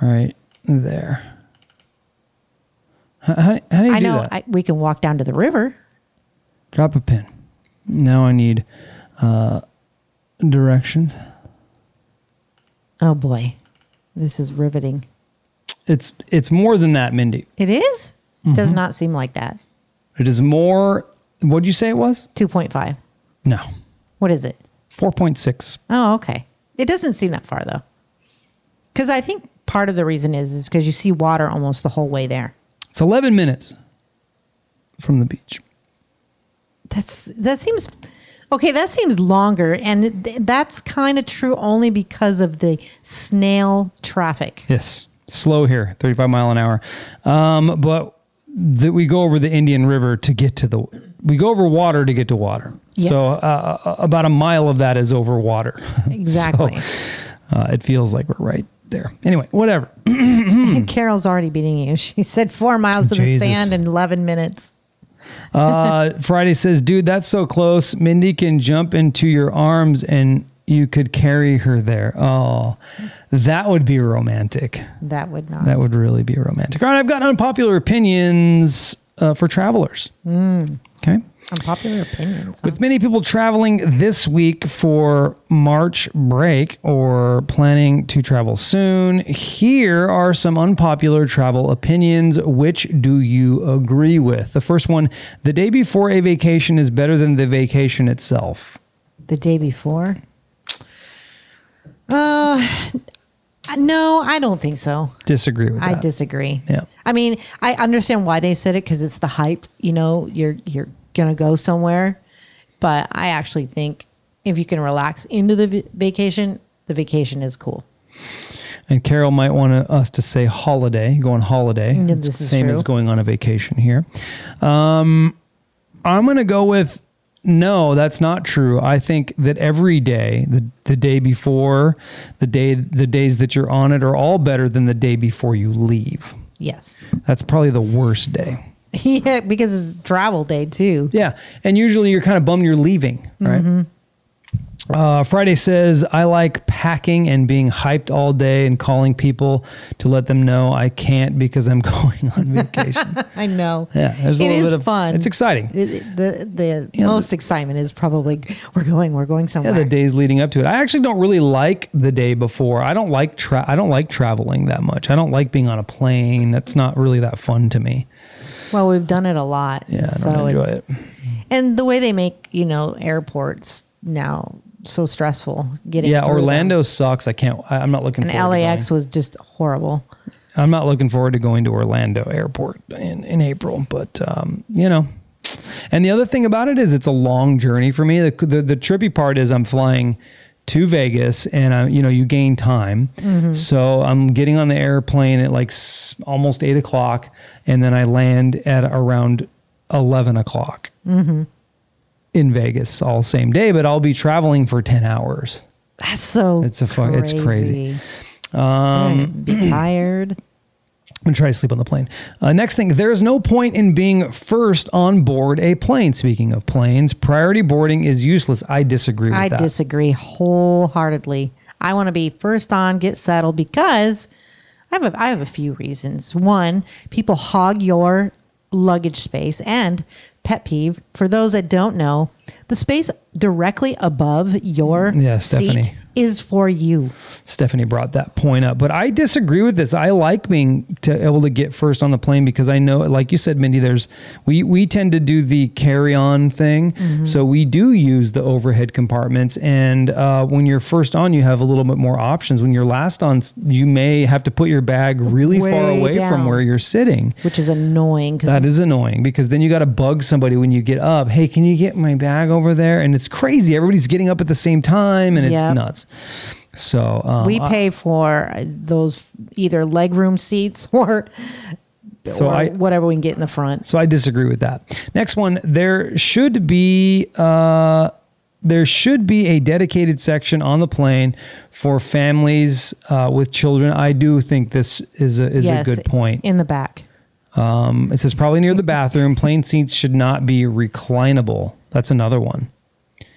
S1: right there. How, how, how do you
S2: I
S1: do
S2: know
S1: that?
S2: I, we can walk down to the river.
S1: Drop a pin. Now I need uh, directions.
S2: Oh boy, this is riveting.
S1: It's it's more than that, Mindy.
S2: It is?
S1: Mm-hmm.
S2: Does not seem like that.
S1: It is more. What did you say it was?
S2: Two point five.
S1: No,
S2: What is it?
S1: four point six.
S2: Oh, okay. It doesn't seem that far though. Cuz I think part of the reason is is because you see water almost the whole way there.
S1: It's eleven minutes from the beach.
S2: That's that seems Okay, that seems longer and th- that's kind of true only because of the snail traffic.
S1: Yes, slow here, 35 mile an hour. Um, but that we go over the Indian River to get to the, we go over water to get to water.
S2: Yes.
S1: So uh, about a mile of that is over water.
S2: Exactly.
S1: So, uh, it feels like we're right there. Anyway, whatever.
S2: Carol's already beating you. She said four miles to the
S1: Hmm. Jesus.
S2: sand in 11 minutes.
S1: Uh, Friday says, dude, that's so close. Mindy can jump into your arms and you could carry her there. Oh, that would be romantic.
S2: That would not.
S1: That would really be romantic. All right, I've got unpopular opinions uh, for travelers. Okay.
S2: Unpopular opinions. huh?
S1: With many people traveling this week for March break or planning to travel soon, here are some unpopular travel opinions. Which do you agree with? The first one the day before a vacation is better than the vacation itself.
S2: the day before? Uh, no, I don't think so.
S1: Disagree with
S2: I
S1: that.
S2: disagree.
S1: Yeah.
S2: I mean, I understand why they said it because it's the hype. You know, you're you're gonna go somewhere, but I actually think if you can relax into the v- vacation, the vacation is cool.
S1: And Carol might want to- us to say holiday, go on holiday.
S2: Yeah,
S1: It's
S2: this
S1: the
S2: is
S1: same as
S2: true.
S1: going on a vacation here. Um, I'm going to go with no, that's not true. I think that every day, the, the day before, the day the days that you're on it are all better than the day before you leave.
S2: Yes.
S1: That's probably the worst day.
S2: yeah, because it's travel day too.
S1: Yeah. And usually you're kind of bummed you're leaving, right?
S2: Mm-hmm.
S1: Uh, Friday says, I like packing and being hyped all day and calling people to let them know I can't because I'm going on vacation.
S2: I know.
S1: Yeah, there's a
S2: It
S1: little
S2: is
S1: bit of-
S2: fun.
S1: it's exciting.
S2: It- it- the the most excitement is probably we're going, we're going
S1: yeah,
S2: somewhere.
S1: the days leading up to it. I actually don't really like the day before. I don't like tra- I don't like traveling that much. I don't like being on a plane. That's not really that fun to me.
S2: Well, we've done it a lot.
S1: Yeah, I don't enjoy it.
S2: And the way they make you know airports now so stressful getting
S1: Yeah,
S2: through them.
S1: Orlando sucks. I can't. I, I'm not looking.
S2: and
S1: forward to going.
S2: LAX was just horrible.
S1: I'm not looking forward to going to Orlando Airport in, in April, but um, you know. And the other thing about it is it's a long journey for me. The, the, the trippy part is I'm flying to Vegas and I, you know, you gain time. So I'm getting on the airplane at like s- almost eight o'clock and then I land at around 11 o'clock in Vegas all same day, but I'll be traveling for 10 hours.
S2: That's so
S1: It's a fuck- it's crazy.
S2: Um, be tired.
S1: I'm gonna try to sleep on the plane. Uh, next thing, there's no point in being first on board a plane. Speaking of planes, priority boarding is useless. I disagree with
S2: I
S1: that.
S2: disagree wholeheartedly. I want to be first on, get settled because I have a, I have a few reasons. One, people hog your luggage space, and pet peeve for those that don't know, the space directly above your
S1: Yeah,
S2: seat
S1: Stephanie.
S2: is for you.
S1: Stephanie brought that point up, but I disagree with this. I like being to able to get first on the plane because I know, like you said, Mindy, there's we we tend to do the carry on thing,
S2: Mm-hmm.
S1: so we do use the overhead compartments. And uh, when you're first on, you have a little bit more options. When you're last on, s- you may have to put your bag really far
S2: Way
S1: away from
S2: down.
S1: where you're sitting.
S2: which is annoying because
S1: That is annoying because then you got to bug somebody when you get up. Hey, can you get my bag over there? And it's crazy. Everybody's getting up at the same time and
S2: Yep.
S1: it's nuts. So, um,
S2: we pay for uh, those either legroom seats or,
S1: so
S2: or
S1: I,
S2: whatever we can get in the front.
S1: so I disagree with that. Next one, there should be, uh, there should be a dedicated section on the plane for families uh, with children. I do think this is a, is a good point.
S2: In the back.
S1: It says probably near the bathroom. Plane seats should not be reclinable. That's another one.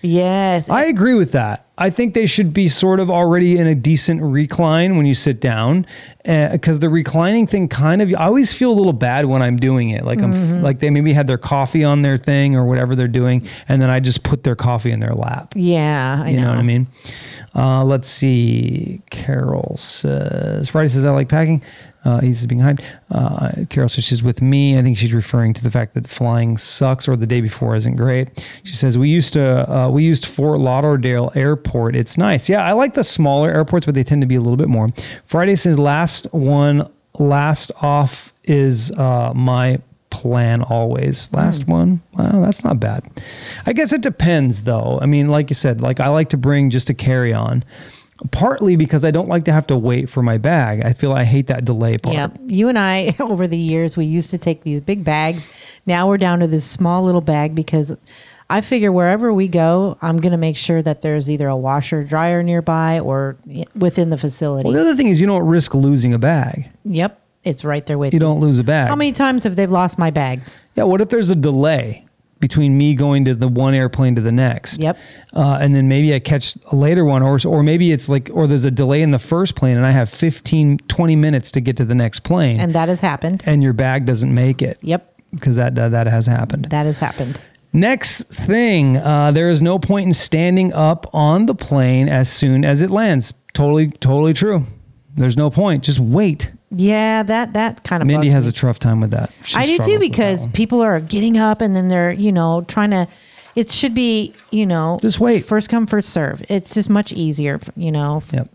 S2: Yes.
S1: I agree with that. I think they should be sort of already in a decent recline when you sit down, because the reclining thing kind of. I always feel a little bad when I'm doing it. Like I'm f- like they maybe had their coffee on their thing or whatever they're doing, and then I just put their coffee in their lap.
S2: yeah, I
S1: You
S2: know.
S1: know, what I mean? Uh, let's see. Carol says, Friday says, I like packing. Uh, he's being hyped. Uh, Carol says she's with me. I think she's referring to the fact that flying sucks or the day before isn't great. She says, we used to, uh, we used Fort Lauderdale airport. It's nice. Yeah. I like the smaller airports, but they tend to be a little bit more. Friday says last one, last off is, uh, my plan always. Last
S2: Hmm.
S1: one. Wow, that's not bad. I guess it depends though. I mean, like you said, like I like to bring just a carry on. partly because I don't like to have to wait for my bag. I feel I hate that delay part.
S2: Yep. You and I, over the years, we used to take these big bags. Now we're down to this small little bag because I figure wherever we go, I'm going to make sure that there's either a washer, dryer nearby or y- within the facility.
S1: Well, the other thing is you don't risk losing a bag.
S2: yep. It's right there with
S1: You don't lose a bag.
S2: How many times have they lost my bags?
S1: Yeah, what if there's a delay between me going to the one airplane to the next?
S2: Yep.
S1: Uh, and then maybe I catch a later one, or or maybe it's like, or there's a delay in the first plane, and I have 15, 20 minutes to get to the next plane, and,
S2: And that has happened.
S1: your bag doesn't make it.
S2: Yep.
S1: Because that, that that has happened.
S2: That has happened.
S1: Next thing, uh, there is no point in standing up on the plane as soon as it lands. Totally, totally true. There's no point. Just wait.
S2: Yeah, that that kind of
S1: Mindy
S2: bugs
S1: has
S2: me.
S1: a tough time with that. She
S2: I do
S1: struggles
S2: too
S1: with that
S2: because
S1: one.
S2: people are getting up and then they're, you know, trying to it should be, you know,
S1: Just wait.
S2: First come, first serve. It's just much easier, you know.
S1: Yep.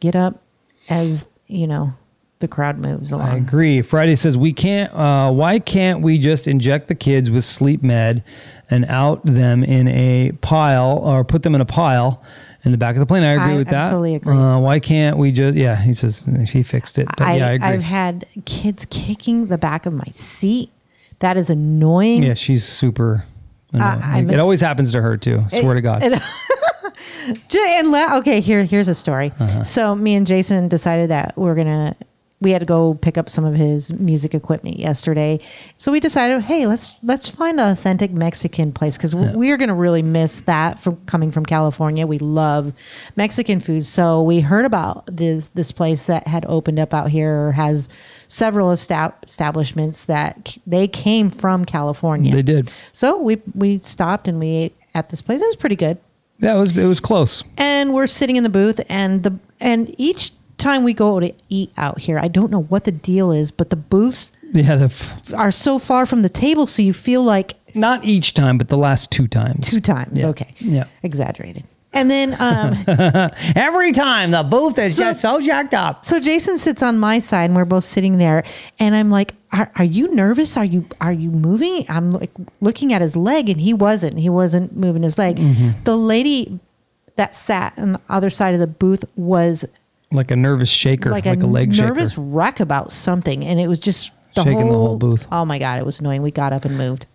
S2: Get up as, you know, the crowd moves
S1: I
S2: along.
S1: agree. Friday says we can't. Uh, why can't we just inject the kids with sleep med and out them in a pile or put them in a pile in the back of the plane? I agree
S2: I-
S1: with
S2: I
S1: that.
S2: totally agree.
S1: Uh, why can't we just? Yeah, he says he fixed it. But
S2: I,
S1: yeah, I agree.
S2: have had kids kicking the back of my seat. That is annoying.
S1: yeah, she's super. annoying.
S2: I
S1: Like, it
S2: miss-
S1: always happens to her too. Swear to God.
S2: J- And la- okay, here here's a story. So me and Jason decided that we're gonna we had to go pick up some of his music equipment yesterday. So we decided, hey, let's let's find an authentic Mexican place because we are gonna really miss that from coming from California. We love Mexican food, so we heard about this this place that had opened up out here or has several esta- establishments that c- they came from California.
S1: They did.
S2: So we we stopped and we ate at this place. It was pretty good
S1: Yeah, it was it was close.
S2: and we're sitting in the booth and the and each time we go to eat out here i don't know what the deal is but the booths
S1: Yeah, the f-
S2: are so far from the table so you feel like
S1: not each time, but the last two times.
S2: two times
S1: Yeah.
S2: okay
S1: Yeah.
S2: exaggerated and then um
S1: Every time the booth is
S2: So-
S1: just so jacked up.
S2: so jason sits on my side and we're both sitting there and i'm like are, are you nervous are you are you moving i'm like looking at his leg and he wasn't he wasn't moving his leg
S1: Mm-hmm.
S2: the lady that sat on the other side of the booth was
S1: Like a nervous shaker, like, a, leg shaker.
S2: nervous wreck about something, and it was just the
S1: Shaking
S2: whole,
S1: the whole booth.
S2: Oh my god, it was annoying. We got up and moved.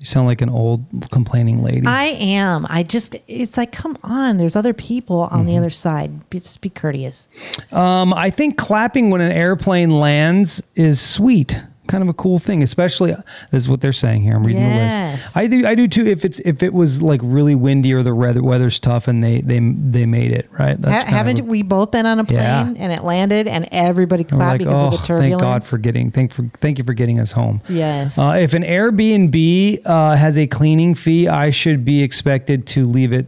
S1: You sound like an old complaining lady.
S2: I am. I just. It's like, come on. There's other people on
S1: Mm-hmm.
S2: the other side. Be, just be courteous.
S1: um, I think clapping when an airplane lands is sweet. Kind of a cool thing, especially uh, this is what they're saying here. I'm reading the
S2: Yes.
S1: list. I do, I do too. If it's if it was like really windy or the weather, weather's tough and they they they made it right. That's
S2: Ha-
S1: kind of
S2: haven't
S1: a-
S2: we both been on a plane
S1: Yeah.
S2: and it landed and everybody
S1: we're "Oh,
S2: clapped because of the turbulence?
S1: Thank God for getting thank for thank you for getting us home.
S2: Yes.
S1: Uh, if an Airbnb uh, has a cleaning fee, I should be expected to leave it.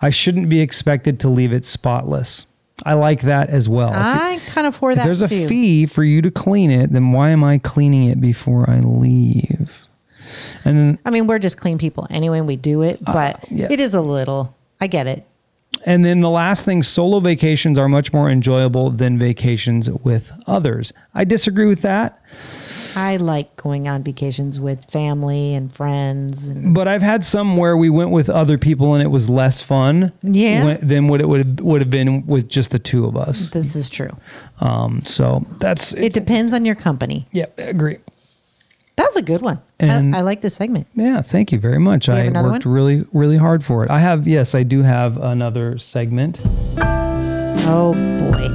S1: I shouldn't be expected to leave it spotless. I like that as well. If you-
S2: I kind of for
S1: If
S2: Ah, that
S1: there's a
S2: too.
S1: fee for you to clean it, then why am I cleaning it before I leave? And then,
S2: I mean, we're just clean people anyway, and we do it, but
S1: Uh, yeah.
S2: it is a little. I get it.
S1: and then the last thing, solo vacations are much more enjoyable than vacations with others. I disagree with that,
S2: I like going on vacations with family and friends and
S1: but I've had some where we went with other people and it was less fun
S2: Yeah.
S1: when- than what it would have, would have been with just the two of us.
S2: This is true.
S1: Um, so that's
S2: Mm. It depends on your company.
S1: Yeah, I agree.
S2: That was a good one.
S1: And-
S2: I, I like this segment.
S1: Yeah, thank you very much.
S2: have
S1: I
S2: another
S1: worked
S2: one?
S1: really, really hard for it. I have, yes, I do have another segment.
S2: Oh boy.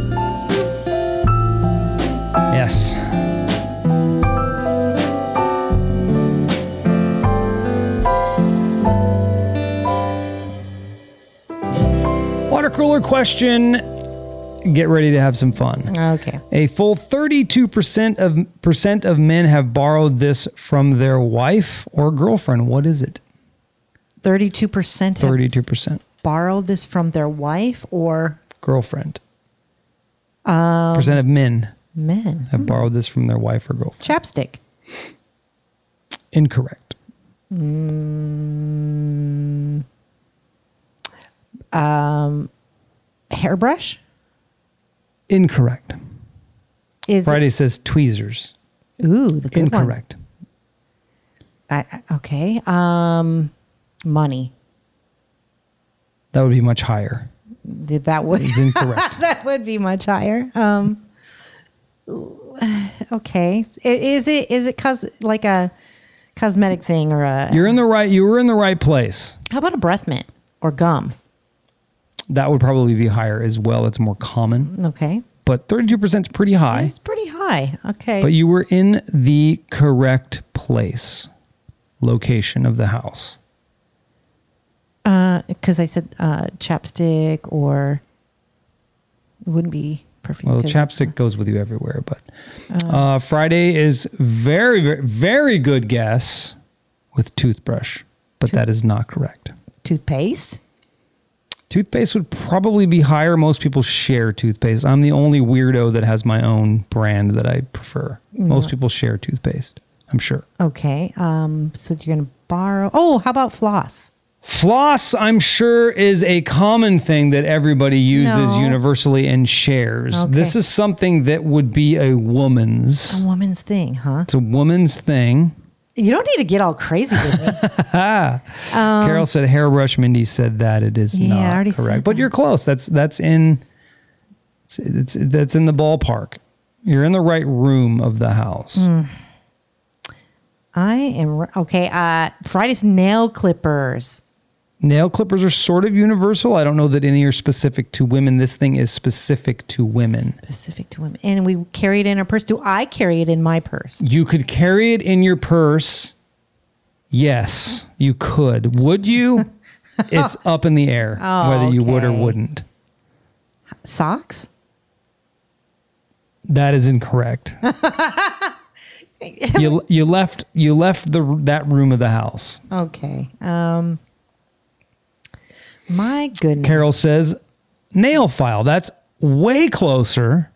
S1: Yes. Water cooler question. Get ready to have some fun.
S2: Okay.
S1: A full 32% of percent of men have borrowed this from their wife or girlfriend. What is it?
S2: 32% have
S1: 32%
S2: borrowed this from their wife or
S1: girlfriend.
S2: Um,
S1: percent of men
S2: men.
S1: have borrowed this from their wife or girlfriend.
S2: Chapstick.
S1: Incorrect.
S2: Hairbrush?
S1: Incorrect.
S2: Is it-
S1: Friday says tweezers.
S2: ooh, the good one.
S1: Incorrect.
S2: I, I- okay. Um money.
S1: That would be much higher.
S2: Did that would
S1: It's incorrect.
S2: that would be much higher. Um, okay, I- is it is it cos like a cosmetic thing or a
S1: You're in the right. You were in the right place.
S2: how about a breath mint or gum?
S1: That would probably be higher as well. It's more common,
S2: Okay,
S1: but 32% is pretty high.
S2: it's pretty high. Okay,
S1: But you were in the correct place, location of the house.
S2: because I said uh, chapstick or it wouldn't be perfume.
S1: Well,
S2: 'cause
S1: chapstick goes with you everywhere, but uh, Friday is very, very, very good guess with toothbrush, but that is not correct.
S2: it's toothpaste.
S1: Toothpaste would probably be higher. Most people share toothpaste. I'm the only weirdo that has my own brand that I prefer. Most people share toothpaste, I'm sure.
S2: Okay, um, so you're gonna borrow. Oh, how about floss?
S1: Floss, I'm sure, is a common thing that everybody uses
S2: No.
S1: universally and shares.
S2: Okay.
S1: This is something that would be a woman's.
S2: A woman's thing, huh?
S1: It's a woman's thing.
S2: You don't need to get all crazy with me.
S1: Carol said hairbrush. Mindy said that it is
S2: Um, Yeah, I
S1: not
S2: already said
S1: correct, but
S2: that.
S1: you're close. That's that's in it's, it's that's in the ballpark. You're in the right room of the house.
S2: Hmm. I am r- okay. Uh, Friday's nail clippers.
S1: Nail clippers are sort of universal. I don't know that any are specific to women. This thing is specific to women.
S2: Specific to women, and we carry it in our purse. Do I carry it in my purse?
S1: You could carry it in your purse. Yes, you could. Would you? it's up in the air whether you would or
S2: Okay.
S1: wouldn't.
S2: Socks?
S1: That is incorrect. you you left you left the that room of the house.
S2: Okay. Um, my goodness.
S1: Carol says nail file. That's way closer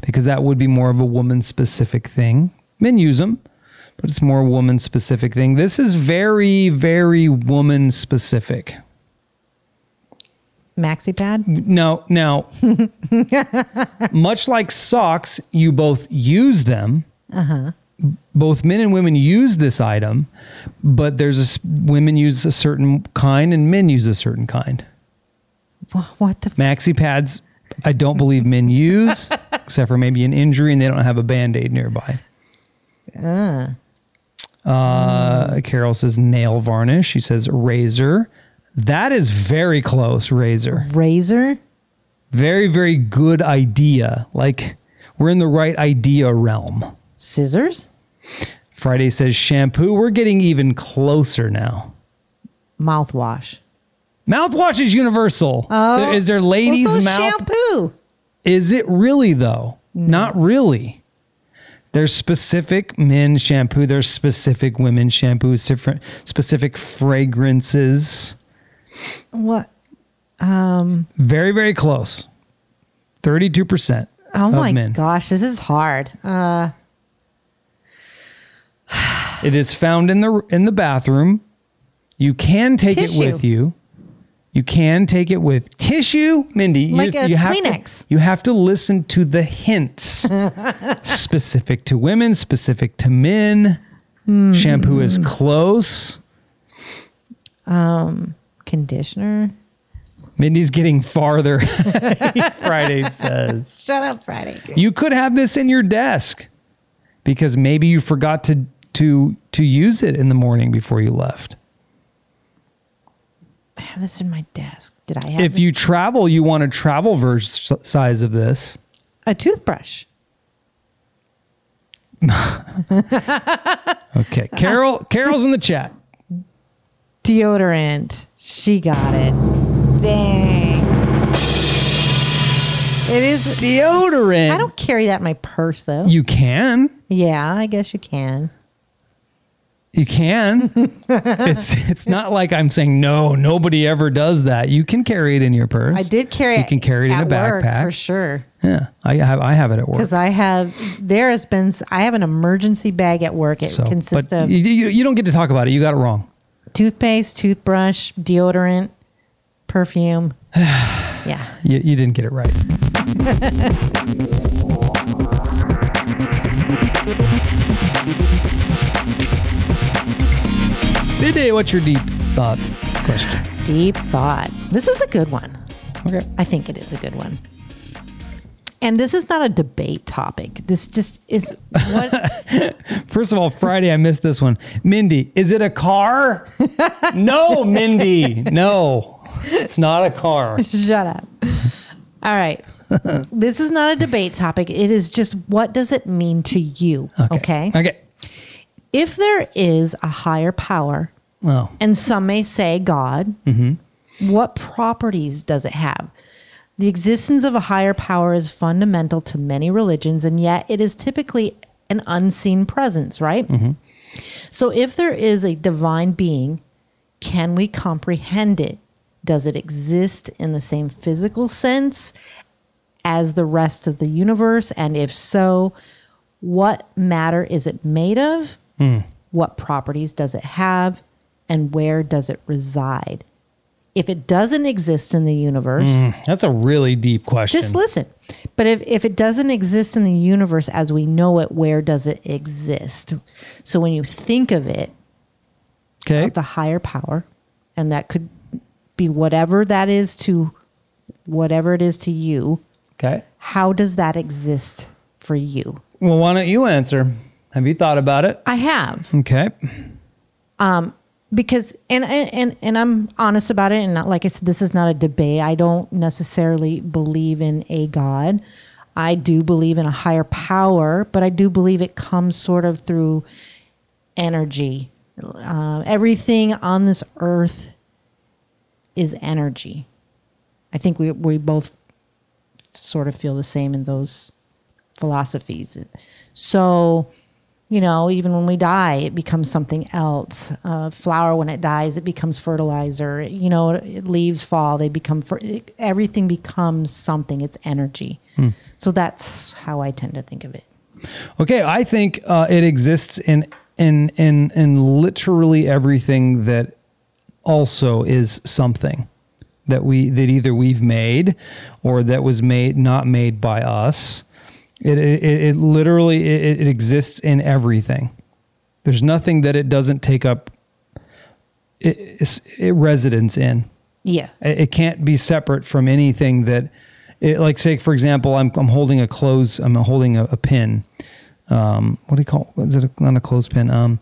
S1: because that would be more of a woman specific thing. Men use them, but it's more woman specific thing. This is very very woman specific.
S2: Maxi pad.
S1: Now, now, much like socks, you both use them. Both men and women use this item, but there's a s- women use a certain kind and men use a certain kind.
S2: Wha- What the? F-
S1: Maxi pads, I don't believe men use, except for maybe an injury and they don't have a band aid nearby. Uh, Carol says nail varnish. She says razor. That is very close, razor
S2: razor.
S1: very very good idea like we're in the right idea realm
S2: Scissors.
S1: friday says shampoo we're getting even closer now
S2: Mouthwash.
S1: mouthwash is universal
S2: Oh.
S1: is there ladies
S2: Also
S1: mouth
S2: shampoo.
S1: is it really though not really there's specific men shampoo there's specific women shampoo different specific fragrances
S2: What?
S1: very very close 32%
S2: Oh
S1: of
S2: my
S1: men.
S2: gosh, this is hard. Uh,
S1: It is found in the in the bathroom. You can take
S2: Tissue.
S1: it with you. You can take it with tissue, Mindy.
S2: Like
S1: you,
S2: a
S1: you have to-
S2: Kleenex.
S1: you have to listen to the hints, specific to women, specific to men.
S2: Hmm.
S1: Shampoo is close.
S2: conditioner.
S1: Mindy's getting farther. Friday says.
S2: Shut up, Friday.
S1: You could have this in your desk because maybe you forgot to to to use it in the morning before you left.
S2: I have this in my desk. Did I have
S1: if you travel, you want a travel ver- s- size of this.
S2: a toothbrush?
S1: Okay,
S2: Uh-huh.
S1: Carol. Carol's in the chat.
S2: deodorant. She got it. Dang. It is.
S1: Deodorant.
S2: I don't carry that in my purse though.
S1: You can.
S2: yeah, I guess you can.
S1: You can. it's it's not like I'm saying no. Nobody ever does that. You can carry it in your purse.
S2: I did carry it.
S1: You can carry it in
S2: at
S1: a
S2: work
S1: backpack.
S2: for sure.
S1: Yeah, I have I have it at work.
S2: Because I have there has been s- I have an emergency bag at work. It
S1: So,
S2: consists
S1: but
S2: of
S1: you, you, you don't get to talk about it. You got it wrong.
S2: toothpaste, toothbrush, deodorant, perfume. yeah.
S1: You, you didn't get it right. Today, what's your deep thought question?
S2: Deep thought. This is a good one.
S1: Okay.
S2: I think it is a good one. And this is not a debate topic. This just is what
S1: First of all, Friday, I missed this one. Mindy, is it a car? no, Mindy. No, it's not a car.
S2: shut up. All right. This is not a debate topic. It is just what does it mean to you? Okay.
S1: Okay.
S2: If there is a higher power,
S1: Well,
S2: and some may say God, what properties does it have? The existence of a higher power is fundamental to many religions, and yet it is typically an unseen presence, right? So if there is a divine being, can we comprehend it? Does it exist in the same physical sense as the rest of the universe? And if so, what matter is it made of? What properties does it have? And where does it reside? If it doesn't exist in the universe,
S1: that's a really deep question.
S2: just listen. But if, if it doesn't exist in the universe as we know it, where does it exist? So when you think of it,
S1: okay.
S2: the higher power, and that could be whatever that is to whatever it is to you,
S1: Okay.
S2: how does that exist for you?
S1: Well, why don't you answer? Have you thought about it?
S2: I have.
S1: Okay.
S2: because and and and- and I'm honest about it, and not like I said, this is not a debate. I don't necessarily believe in a god. I do believe in a higher power, but I do believe it comes sort of through energy. Um, everything on this earth is energy. I think we we both sort of feel the same in those philosophies. So you know, even when we die, it becomes something else. A flower, when it dies, it becomes fertilizer. You know, leaves fall, they become, fer- everything becomes something. It's energy. So that's how I tend to think of it.
S1: Okay. I think uh, it exists in in in in literally everything that also is something that we that either we've made or that was made not made by us. It it, it it literally it, it exists in everything. There's nothing that it doesn't take up. It, it's- it residence in.
S2: Yeah.
S1: It it can't be separate from anything that, it, like, say, for example, I'm, I'm holding a clothes, I'm holding a, a pin. Um, what do you call Is it a, not a clothespin? Um,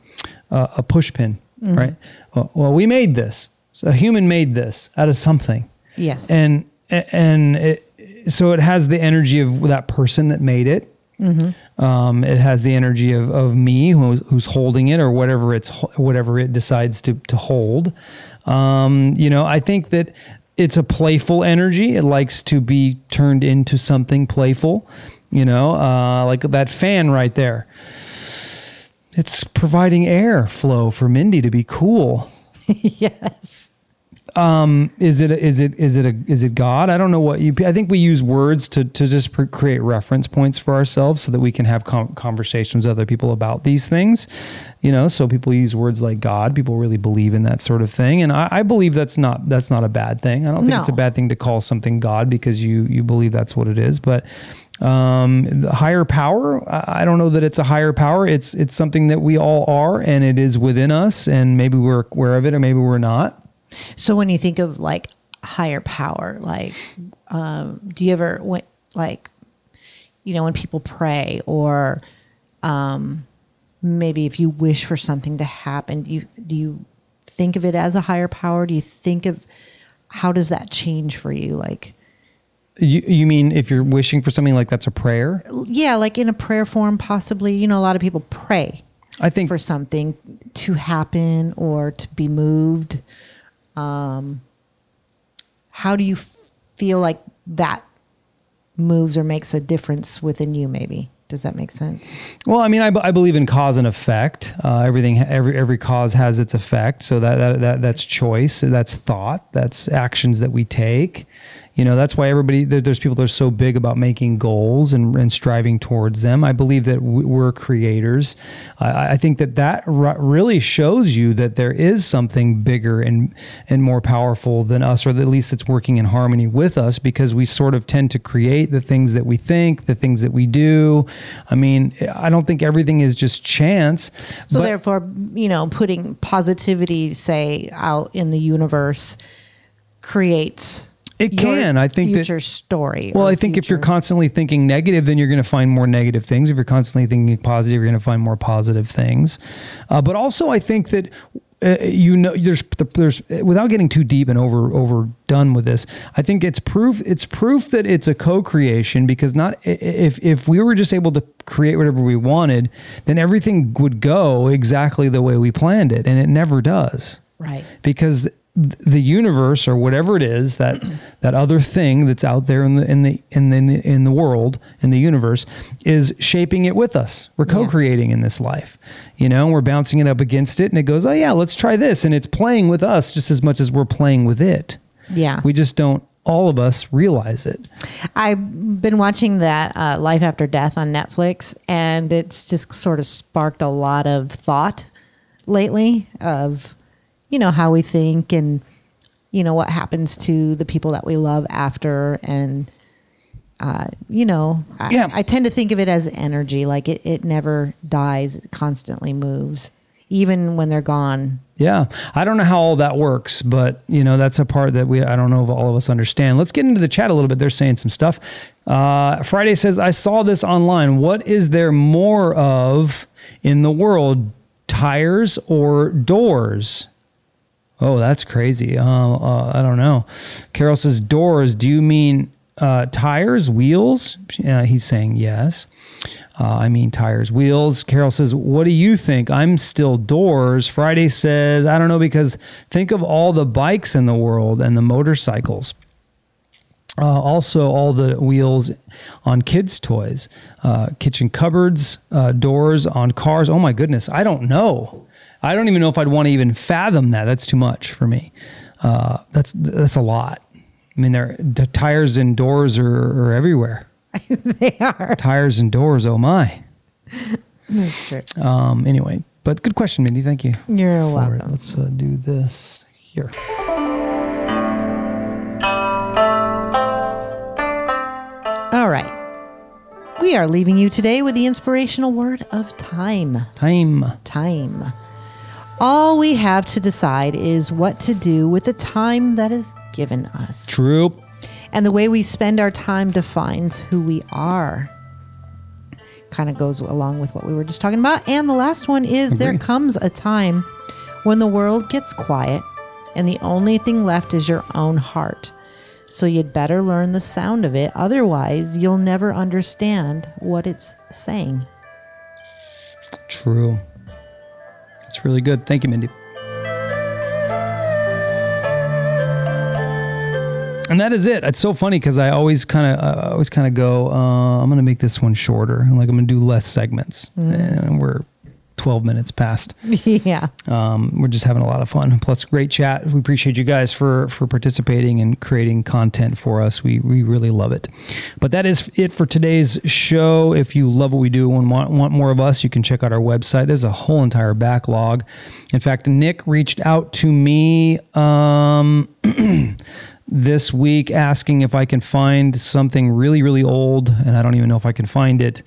S1: uh, a push pin, right? Well, well, we made this. So a human made this out of something.
S2: Yes.
S1: And, and it, so it has the energy of that person that made it. Um, it has the energy of, of me who's, who's holding it or whatever it's ho- whatever it decides to to hold. Um, you know, I think that it's a playful energy. It likes to be turned into something playful. You know, uh, like that fan right there. It's providing air flow for Mindy to be cool.
S2: yes.
S1: Is it is it is it a is it God? I don't know what you. I think we use words to to just pr- create reference points for ourselves so that we can have com- conversations with other people about these things. You know, so people use words like God. People really believe in that sort of thing, and I, I believe that's not that's not a bad thing. I don't think it's a
S2: No.
S1: bad thing to call something God because you you believe that's what it is, but. Um, the higher power. I I don't know that it's a higher power. It's it's something that we all are, and it is within us. And maybe we're aware of it, or maybe we're not.
S2: So when you think of like higher power, like, um, do you ever, when, like, you know, when people pray or um, maybe if you wish for something to happen, do you, do you think of it as a higher power? Do you think of how does that change for you? Like,
S1: You, you mean if you're wishing for something like that's a prayer?
S2: yeah, like in a prayer form, possibly, you know, a lot of people pray
S1: I think
S2: for something to happen or to be moved. Um, how do you f- feel like that moves or makes a difference within you? Maybe does that make sense?
S1: Well, I mean, I, be- I believe in cause and effect. Uh, everything, every every cause has its effect. So that, that that that's choice. That's thought. That's actions that we take. You know, that's why everybody there, there's people that are so big about making goals and, and striving towards them. I believe that we- we're creators. I- I, I think that that r- really shows you that there is something bigger and and more powerful than us, or at least it's working in harmony with us, because we sort of tend to create the things that we think, the things that we do. I mean, I don't think everything is just chance.
S2: So
S1: but-
S2: therefore, you know, putting positivity, say, out in the universe creates
S1: It
S2: your
S1: can. I think that
S2: future story.
S1: Well,
S2: or
S1: I think if you're
S2: future-
S1: constantly thinking negative, then you're going to find more negative things. If you're constantly thinking positive, you're going to find more positive things. Uh, but also, I think that uh, you know, there's there's without getting too deep and over overdone with this. I think it's proof it's proof that it's a co-creation because not i- i- if if we were just able to create whatever we wanted, then everything would go exactly the way we planned it, and it never does
S2: right.
S1: because th- the universe or whatever it is that that other thing that's out there in the in the in the, in the, in the world in the universe is shaping it with us. We're co-creating in this life, you know. We're bouncing it up against it, and it goes, "Oh yeah, let's try this," and it's playing with us just as much as we're playing with it.
S2: Yeah.
S1: We just don't. All of us realize it.
S2: I've been watching that uh, Life After Death on Netflix, and it's just sort of sparked a lot of thought lately of, you know, how we think and, you know, what happens to the people that we love after. And, uh, you know, I,
S1: Yeah.
S2: I tend to think of it as energy, like it, it never dies, it constantly moves, even when they're gone.
S1: Yeah. I don't know how all that works, but you know, that's a part that we, I don't know if all of us understand. Let's get into the chat a little bit. They're saying some stuff. Uh, Friday says, I saw this online. What is there more of in the world? Tires or doors? Oh, that's crazy. Uh, uh, I don't know. Carol says, doors. Do you mean uh, tires, wheels? Uh, he's saying yes. Uh, I mean, tires, wheels. Carol says, What do you think? I'm still doors. Friday says, I don't know, because think of all the bikes in the world and the motorcycles. Uh, also, all the wheels on kids' toys, uh, kitchen cupboards, uh, doors on cars. Oh my goodness, I don't know. I don't even know if I'd want to even fathom that. That's too much for me. Uh, that's that's a lot. I mean, there the tires and doors are, are everywhere
S2: they are.
S1: tires and doors. Oh my.
S2: true.
S1: Um. Anyway, but good question, Mindy. Thank you.
S2: You're
S1: for it.
S2: welcome.
S1: Let's uh, do this here.
S2: All right. We are leaving you today with the inspirational word of time.
S1: Time.
S2: Time. All we have to decide is what to do with the time that is given us.
S1: True.
S2: And the way we spend our time defines who we are. Kind of goes along with what we were just talking about. And the last one is there
S1: Agree.
S2: comes a time when the world gets quiet and the only thing left is your own heart. So you'd better learn the sound of it. Otherwise, you'll never understand what it's saying.
S1: True. That's really good. Thank you, Mindy. And that is it. It's so funny because I always kind of, I always kind of go, uh, I'm going to make this one shorter. Like I'm going to do less segments, and we're 12 minutes past.
S2: yeah.
S1: um, we're just having a lot of fun plus great chat we appreciate you guys for for participating and creating content for us we we really love it but that is it for today's show if you love what we do and want, want more of us you can check out our website there's a whole entire backlog in fact nick reached out to me um this week asking if I can find something really, really old, and I don't even know if I can find it.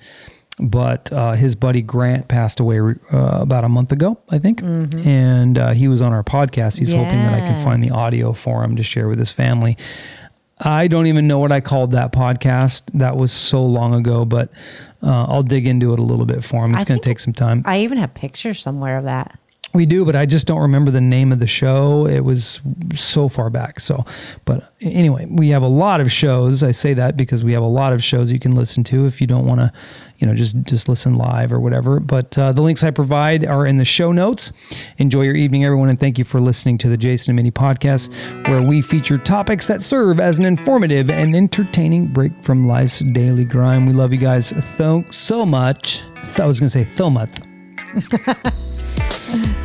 S1: But uh, his buddy Grant passed away uh, about a month ago, I think, and uh, he was on our podcast. He's hoping that I can find the
S2: Mm-hmm. Yes.
S1: audio for him to share with his family. I don't even know what I called that podcast. That was so long ago, but uh, I'll dig into it a little bit for him. It's
S2: I
S1: going
S2: think-
S1: to take some time.
S2: I even have pictures somewhere of that.
S1: We do, but I just don't remember the name of the show. It was so far back. So, but anyway, we have a lot of shows. I say that because we have a lot of shows you can listen to if you don't want to, you know, just just listen live or whatever. But uh, the links I provide are in the show notes. Enjoy your evening, everyone, and thank you for listening to the Jason and Minnie podcast, where we feature topics that serve as an informative and entertaining break from life's daily grind. We love you guys so so much. I was going to say so much.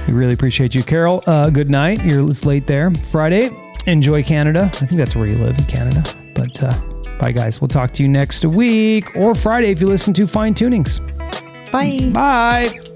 S1: We really appreciate you, Carol. Uh, good night. You're it's late there. Friday. Enjoy Canada. I think that's where you live in Canada. But uh, bye, guys. We'll talk to you next week or Friday if you listen to Fine Tunings.
S2: Bye.
S1: Bye.